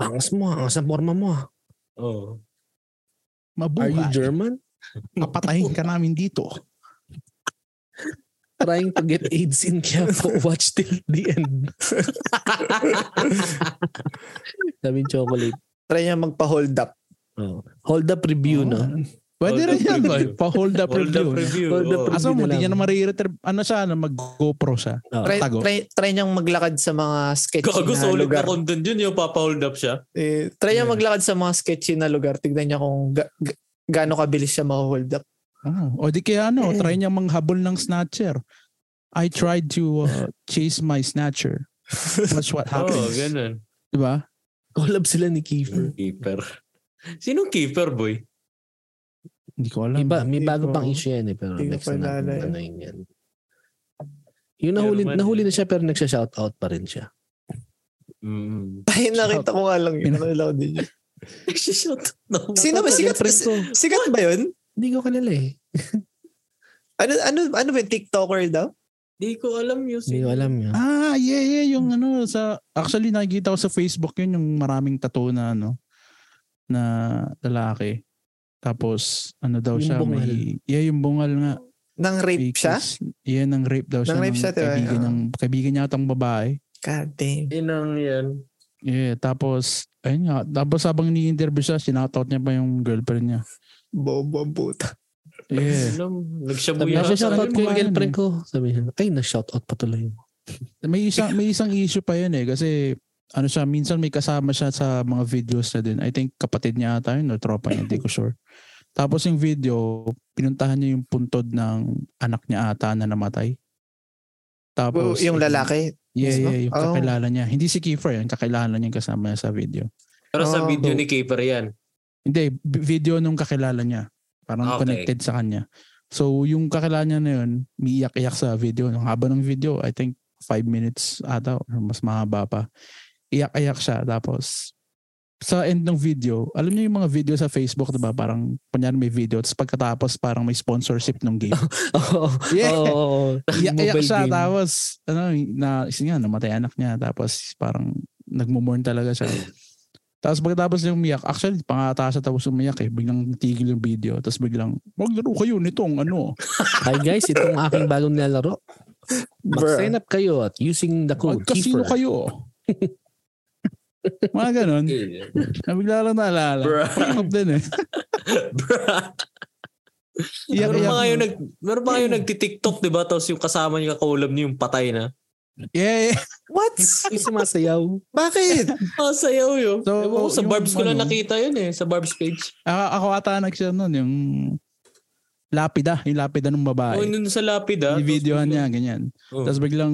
Angas mo, angas ang forma mo. ah. Oo. Are you Mabuhay. German? Papatayin ka namin dito. [LAUGHS] Trying to get AIDS in Quiapo. Watch till the [LAUGHS] end. Sabi ni chocolate. try niya magpa-hold up. Oh. Hold up review, no? Ah. Pwede Hold rin up yan, boy. review. Pa-hold up Hold up review. review. oh. Hold up oo. review. Aso Hindi na mo, hindi niya lang. na mariretrieve. Ano siya, na mag-GoPro siya. Oh. Try, Ah, Tago. try, try niyang maglakad sa mga sketchy [LAUGHS] Gago na solid lugar. na content yun. Yung papa-hold up siya. Eh, try niyang maglakad sa mga sketchy na lugar. Tignan niya kung ga- ga- gaano kabilis siya ma-hold up. [LAUGHS] Ah. Oh, o di Eh. kaya ano, try niya manghabol ng snatcher. I tried to uh, chase my [LAUGHS] snatcher. Watch what Oo, happens. Oh, ganun. Di ba? Collab sila ni Kiefer. Keeper. Sinong keeper, boy? Hindi ko May, alam. ba, may Hindi bago ko- pang issue yan eh. Pero hindi ko next na paalala natin. eh. Ano yun yan? Yung nahuli, German. nahuli na siya pero nagsha-shoutout pa rin siya. Mm. Ay, nakita ko nga lang yun. Pina- Nakita ko din yun. Nagsishot na. Sino ba? Sikat, Girlfriend ko. sikat ba yun? Hindi ko kilala eh. Ano, ano, ano ba yun? TikToker daw? Di ko alam yun. Hindi ko alam yun. Ah, yeah, yeah. Yung ano, sa, actually nakikita ko sa Facebook yun, yung maraming tattoo na ano, na lalaki. Tapos, ano Yung daw siya, bungal. may, yeah, yung bungal nga. Nang May rape siya? kiss. Yeah, nang rape daw siya. Nang rape ng siya, diba? Kaibigan, Oo. ng, kaibigan niya atang babae. God damn. Inang yan. Yeah, tapos, ayun nga. Tapos habang ni-interview siya, sinoutout niya pa yung girlfriend niya. Bobo ang puta. Yeah. Alam, Sabi Nagsabuya niya, ka sa shoutout akin. ko yung mga yun eh. girlfriend ko. Sabi niya, ay, na-shoutout pa [LAUGHS] tuloy. May isang may isang issue pa yun eh kasi ano siya [CLEARS THROAT] minsan may kasama siya sa mga videos na din. I think kapatid niya ata yun or tropa niya, hindi ko sure. Tapos yung video, pinuntahan niya yung puntod ng anak niya ata na namatay. Tapos yung lalaki. Yeah, mismo? yeah, yung Oh. kakilala niya. Hindi si Kiefer, yung kakilala niya yung kasama niya sa video. Pero sa Ah, Oh. video ni Keeper yan. Hindi, b- video nung kakilala niya. Parang Okay. connected sa kanya. So, yung kakilala niya na yun, miiyak-iyak sa video. Ang haba ng video, I think 5 minutes ata, or mas mahaba pa. Iyak-iyak siya. Tapos, sa end ng video, alam niyo yung mga video sa Facebook, diba? Parang, kunyari may video, tapos pagkatapos parang may sponsorship ng game. Oo. Yeah. Oo, oo. Iyak-iyak Mobile siya game. tapos ano na isin nga namatay anak niya tapos parang nagmo-mourn talaga siya. tapos pagkatapos niya umiyak, actually pangata siya tapos umiyak eh, biglang tigil yung video tapos biglang maglaro kayo nitong ano. Hi guys, itong aking bagong nilalaro. Mag-sign Bruh. up kayo at using the code Magkasino Kiefer. [LAUGHS] kayo. Mga ganun. Nabigla lang naalala. [CLEARS THROAT] Bruh. Fuck up din [LAUGHS] eh. Iyak, Meron iyak. ba kayo nag meron ba kayo nagti-TikTok, 'di ba? Tapos yung kasama niya kaulab niyo yung patay na. Yeah, yeah. What? Ay, sumasayaw. Bakit? Ah, sayaw yun. So, Ewan ko, sa yung Barbs ko lang ano- nakita yun eh. Sa Barbs page. Ako, ako ata nag-share nun yung lapida, yung lapida ng babae. Oh, nun sa lapid ah. Yung videohan niya, ganyan. Oh. Tapos biglang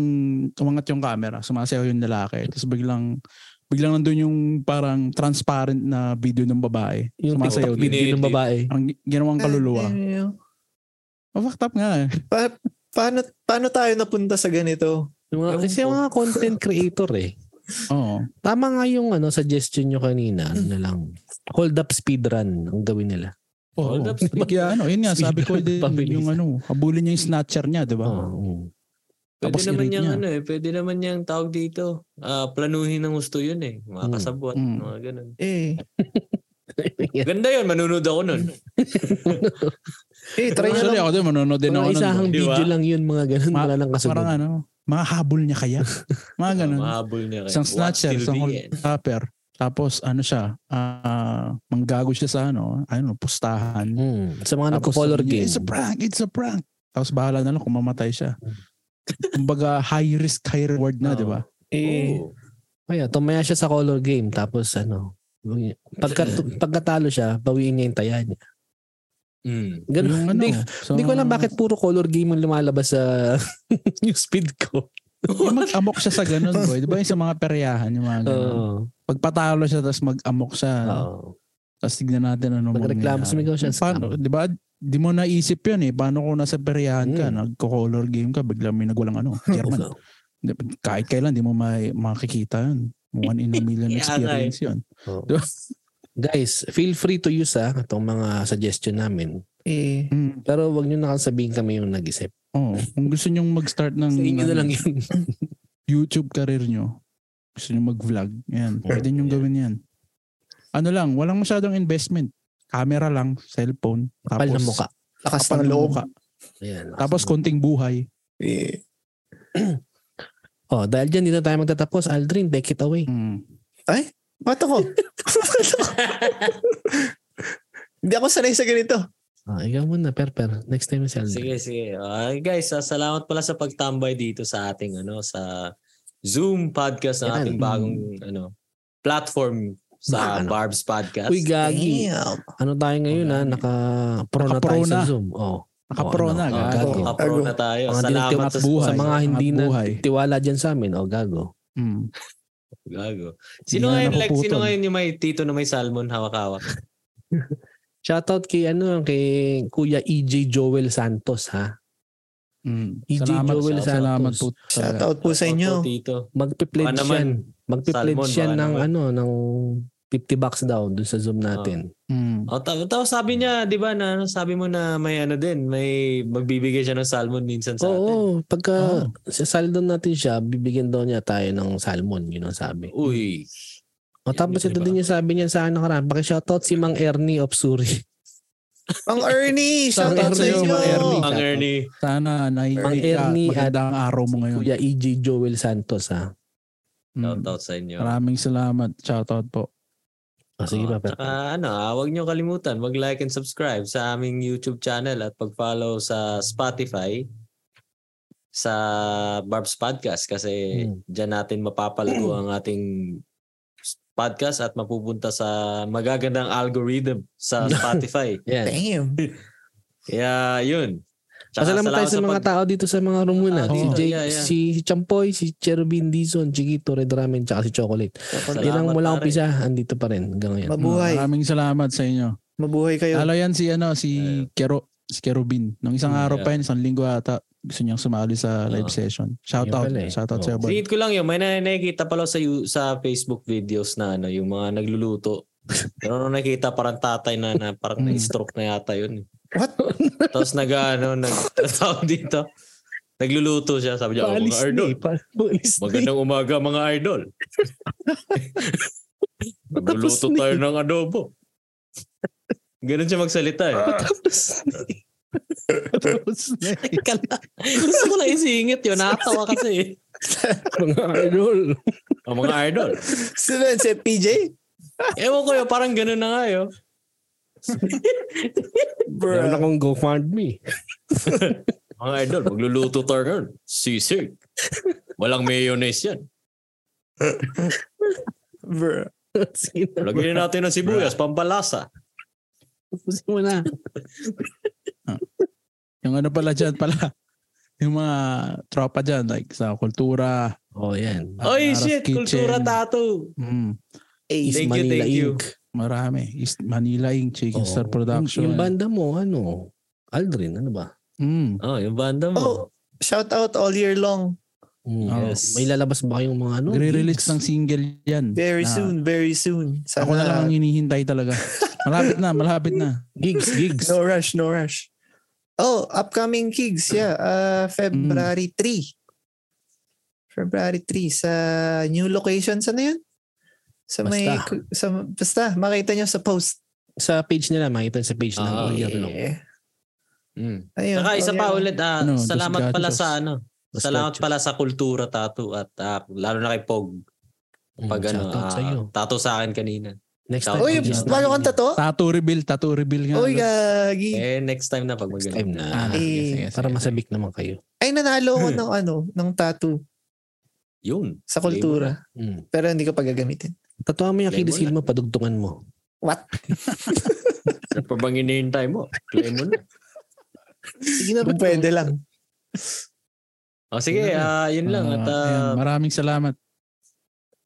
umangat yung camera, sumasayaw yung lalaki. Tapos biglang biglang nandun yung parang transparent na video ng babae. Yung Sumasayaw TikTok din. video ng babae. Ang gi- Ah, ginawang kaluluwa. Oh, fucked up nga eh. Pa- paano, paano tayo napunta sa ganito? Yung mga, Ewan kasi yung ko. mga content creator eh. Oo. Tama nga yung ano, suggestion nyo kanina. Ano na lang. Hold up speedrun ang gawin nila. Oh, Hold up, ano, yun nga, sabi ko din Pabilis. yung ano, habulin niya yung snatcher niya, di ba? Oo. Pwede Tapos naman i-rate niyang niya. ano eh, pwede naman niyang tawag dito. Ah, planuhin ng gusto yun eh. Mga Mm. kasabwat, Mm. mga ganun. Eh, Ganda yun, manunod ako nun. eh try nyo Actually, lang. ako din, manonood din Mga ako. nun, isahang boy. Di ba? video lang yun, mga ganun. ano, Ma- wala nang kasunod. Parang ano, mga habol niya kaya. Mga Ah, [LAUGHS] ganun. mahabol niya kayo. Isang What snatcher, will isang be hold it? upper. Tapos ano siya, ah manggago siya sa ano, ano, pustahan. Hmm. Sa mga Tapos nagko-color sabi niya, game. It's a prank, it's a prank. Tapos bahala na lang kung mamatay siya. Kumbaga high risk, high reward na, Oo. di ba? Eh, Oo. Kaya tumaya siya sa color game tapos ano, pagka, pagkatalo siya, bawiin niya yung taya niya. Mm. Ganun. Yung ano, Hindi, so, hindi ko alam bakit puro color game ang lumalabas sa [LAUGHS] newsfeed ko. Yung mag-amok siya sa ganun, boy. Di ba yung sa mga peryahan, yung mga ganun. Oo. Pagpatalo siya, tapos mag-amok siya. Oo. Tapos tignan natin ano mga Magreklamo, sumigaw siya, scam. Paano, di ba? Di mo naisip yun eh. Paano kung nasa peryahan ka, Mm. nagko-color game ka, bigla may [LAUGHS] nagwalang ano, German. Oo. Di ba? Kahit kailan, di mo may, makikita yun. One in a [LAUGHS] million Yeah, okay. eh. experience yun. Oo. Di ba? Guys, feel free to use ah, itong mga suggestion namin. eh. Mm. Pero wag niyo na kang sabihin kami yung nag-isip. Oh, kung gusto nyong mag-start ng ano, Sa inyo na lang yun. [LAUGHS] YouTube career nyo, gusto nyo mag-vlog, yan, pwede nyo gawin yan. Ano lang, walang masyadong investment. Camera lang, cellphone. Kapal na mukha. Lakas Kapal ng ng loob. mukha. Ayan, Tapos konting buhay. Eh. oh, dahil dyan, dito tayo magtatapos. Aldrin, take it away. Mm. Ba't ako? [LAUGHS] Ba't ako? Hindi ako sanay sa ganito. Ah, ikaw muna, per per. Next time si Aldrin. Sige, sige. Ah, guys, ah, salamat pala sa pagtambay dito sa ating ano sa Zoom Yan. podcast na ating bagong ano platform sa Baka, ano? Barb's podcast. Uy, gagi. Damn. Ano tayo ngayon ha? Naka-pro na Oh, Naka-pro tayo na. sa Zoom. Oh. Nakapro Oh, ano, na. oh, gago. gago. Kapro na tayo. Mga Salamat dinagtiwat sa, buhay. sa mga hindi na buhay. tiwala dyan sa amin. Oh, gago. Mm. gago. Sino Hindi na ngayon like napuputol. sino ngayon yung may tito na may salmon hawak-hawak? Shoutout kay ano kay Kuya EJ Joel Santos ha. Mm. EJ Salamat, Joel Santos. salamat po. Shout talaga. out po sa Opo, inyo. Tito. Magpe-pledge Baka naman. yan. Magpe-pledge Salmon, yan baka ng naman. ano ng 50 bucks daw dun sa Zoom natin. Mm. O, ta- ta- sabi niya, 'di ba, na ano, sabi mo na may ano din, may magbibigay siya ng salmon minsan Ah, sa Oo, atin. pagka Oh. sa saldon natin siya, bibigyan daw niya tayo ng salmon, yun ang sabi. Uy. O Yan, tapos yun, ito diba? din yung sabi niya sa akin nakaraan. Paki-shoutout si Mang Ernie of Suri. Ang Ernie, shout out sa Ernie, inyo. mga Ernie. Ang Ernie. Mm. Sana Ang nahihilig ka. at Ernie at Magandang araw mo ngayon. Kuya EJ Joel Santos ha. Mm. Shout out sa inyo. Maraming salamat. Shout out po. O, sige Oo, pa. Pep. tsaka ano, ah, huwag niyo kalimutan mag-like and subscribe sa aming YouTube channel at pag-follow sa Spotify sa Barb's Podcast kasi Hmm. dyan natin mapapalago ang ating podcast at mapupunta sa magagandang algorithm [LAUGHS] sa Spotify. Yan. Damn. Kaya yun. Tsaka Pasalamat tayo sa mga pag- tao dito sa mga room muna. Ah, si dito, Jake, yeah, yeah. si Champoy, si Cherubin Dizon, Chiquito, Red Ramen, tsaka si Chocolate. Salamat, Yan ang mula pare. umpisa, andito pa rin hanggang ngayon. Mabuhay. Mm. Maraming salamat sa inyo. Mabuhay kayo. Lalo yan si ano si Kero, si Kerubin. Nung isang Hmm, araw yeah. pa yun, isang linggo ata, gusto niyang sumali sa live Oo. session. Shout Yun out, pala eh. shout out Oo. sa iyo, boy. Singit ko lang yun. May na- nakikita pala sa, you- sa Facebook videos na ano, yung mga [LAUGHS] nagluluto. Pero nung nakita parang tatay na, na parang Hmm. Mm. na-stroke na yata yun. What? [LAUGHS] Tapos nag ano, nag [LAUGHS] tawag dito. Nagluluto siya. Sabi niya, oh, Paalis mga na idol. eh. pa- Paalis na eh. Magandang umaga mga [LAUGHS] idol. Nagluluto Tapos na tayo eh. ng adobo. Ganun siya magsalita eh. Tapos na eh. Teka lang. Gusto ko lang isingit yun. Nakatawa kasi eh. Mga idol. O mga idol. Sino yun? Si PJ? Ewan ko yun, parang ganun na nga yun. Meron Bro. akong GoFundMe. Mga idol, magluluto tayo ngayon. Sisig. Walang mayonnaise yan. Bro. Sino? Lagyan na natin ng sibuyas, pampalasa. Tapos mo na. Yung ano pala dyan pala, [LAUGHS] yung mga tropa dyan, like sa kultura. Oh, yan. Oy, Harap shit, Kitchen. kultura tattoo. Mm, East Thank you, Manila thank you. Inc. marami. East Manila Inc. Chicken Oo. Star Production. Yung, yung banda mo, ano? Aldrin, ano ba? Mm. Oh, yung banda Oh, mo. shout out all year long. Mm. Oo. Yes. May lalabas ba kayong mga ano? Nagre-release gigs? ng single yan. Very na soon, very soon. Sana, Ako na lang ang hinihintay talaga. Malapit na, malapit na. Gigs, gigs. No rush, no rush. Oh, upcoming gigs, yeah. Uh, February 3. February 3 sa new location. Saan na yun? Sa may, Basta. sa, basta, makita nyo sa post. Sa page nila, makita sa page ng Ah, All Year Long. Oh, Yeah. Mm. Ayun, Saka isa all pa year ulit, ah, Ano, salamat Dos pala Gatos. sa ano. Dos Salamat Gatos. pala sa kultura tattoo at ah, lalo na kay Pog. Mm, Pag ano, shout out ah, sa'yo. tattoo sa akin kanina. Next time. shout out Uy, Aldrin. Just bago kang tato? Tattoo reveal, tattoo reveal nga. Uy, gagi. Eh, next time na pag Next time magaling. na. Ah, sige, sige, sige. Para masabik naman kayo. Ay, nanalo [LAUGHS] ako ng ano, ng tattoo Yun. sa kultura. Mm. Pero hindi ko pa gagamitin. Tatuwa mo yung Claim mo Achilles heel mo, padugtungan mo. Ano pa bang inihintay mo? Play mo [LAUGHS] na. Sige na, Kung pwede lang. O sige, ah, yun lang. Ah, At ayan, ah, maraming salamat.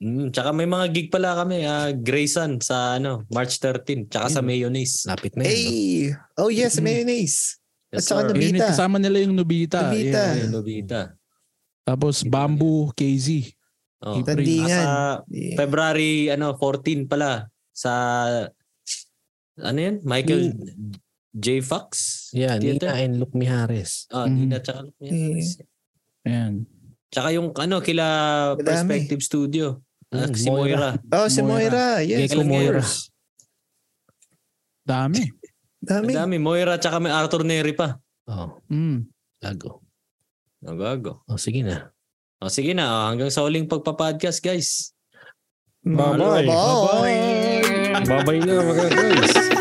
Mm, tsaka may mga gig pala kami, ah Grayson sa ano, March 13, tsaka sa Mayonnaise. Lapit na yan. Hey! Oh yes, Mm. mayonnaise. Yes, At saka sir. Nubita. Yun, eh, kasama nila yung Nubita. Nubita. Yeah, Ayun, yeah. Nobita. Tapos Bamboo KZ. Oh. April. Tandingan. Nasa Yeah. February ano, 14 pala sa ano yan? Michael J. Fox? Yeah, Theater. Nina and Luke Mijares. Ah, Mhm. Nina tsaka Lumias. Ayan. Tsaka yung ano, kila Madami. Perspective Studio. Ah, Mm, si Moira. Oh, si Moira. Yes. Gecko Kailan ngayon? Moira. Dami. Dami. Ang dami. Moira tsaka may Arthur Neri pa. Oh, Mm. gago. Ang gago. Oh, sige na. O sige na, ah, hanggang sa uling pagpa-podcast guys. Bye-bye. Bye-bye. Babay na mga guys.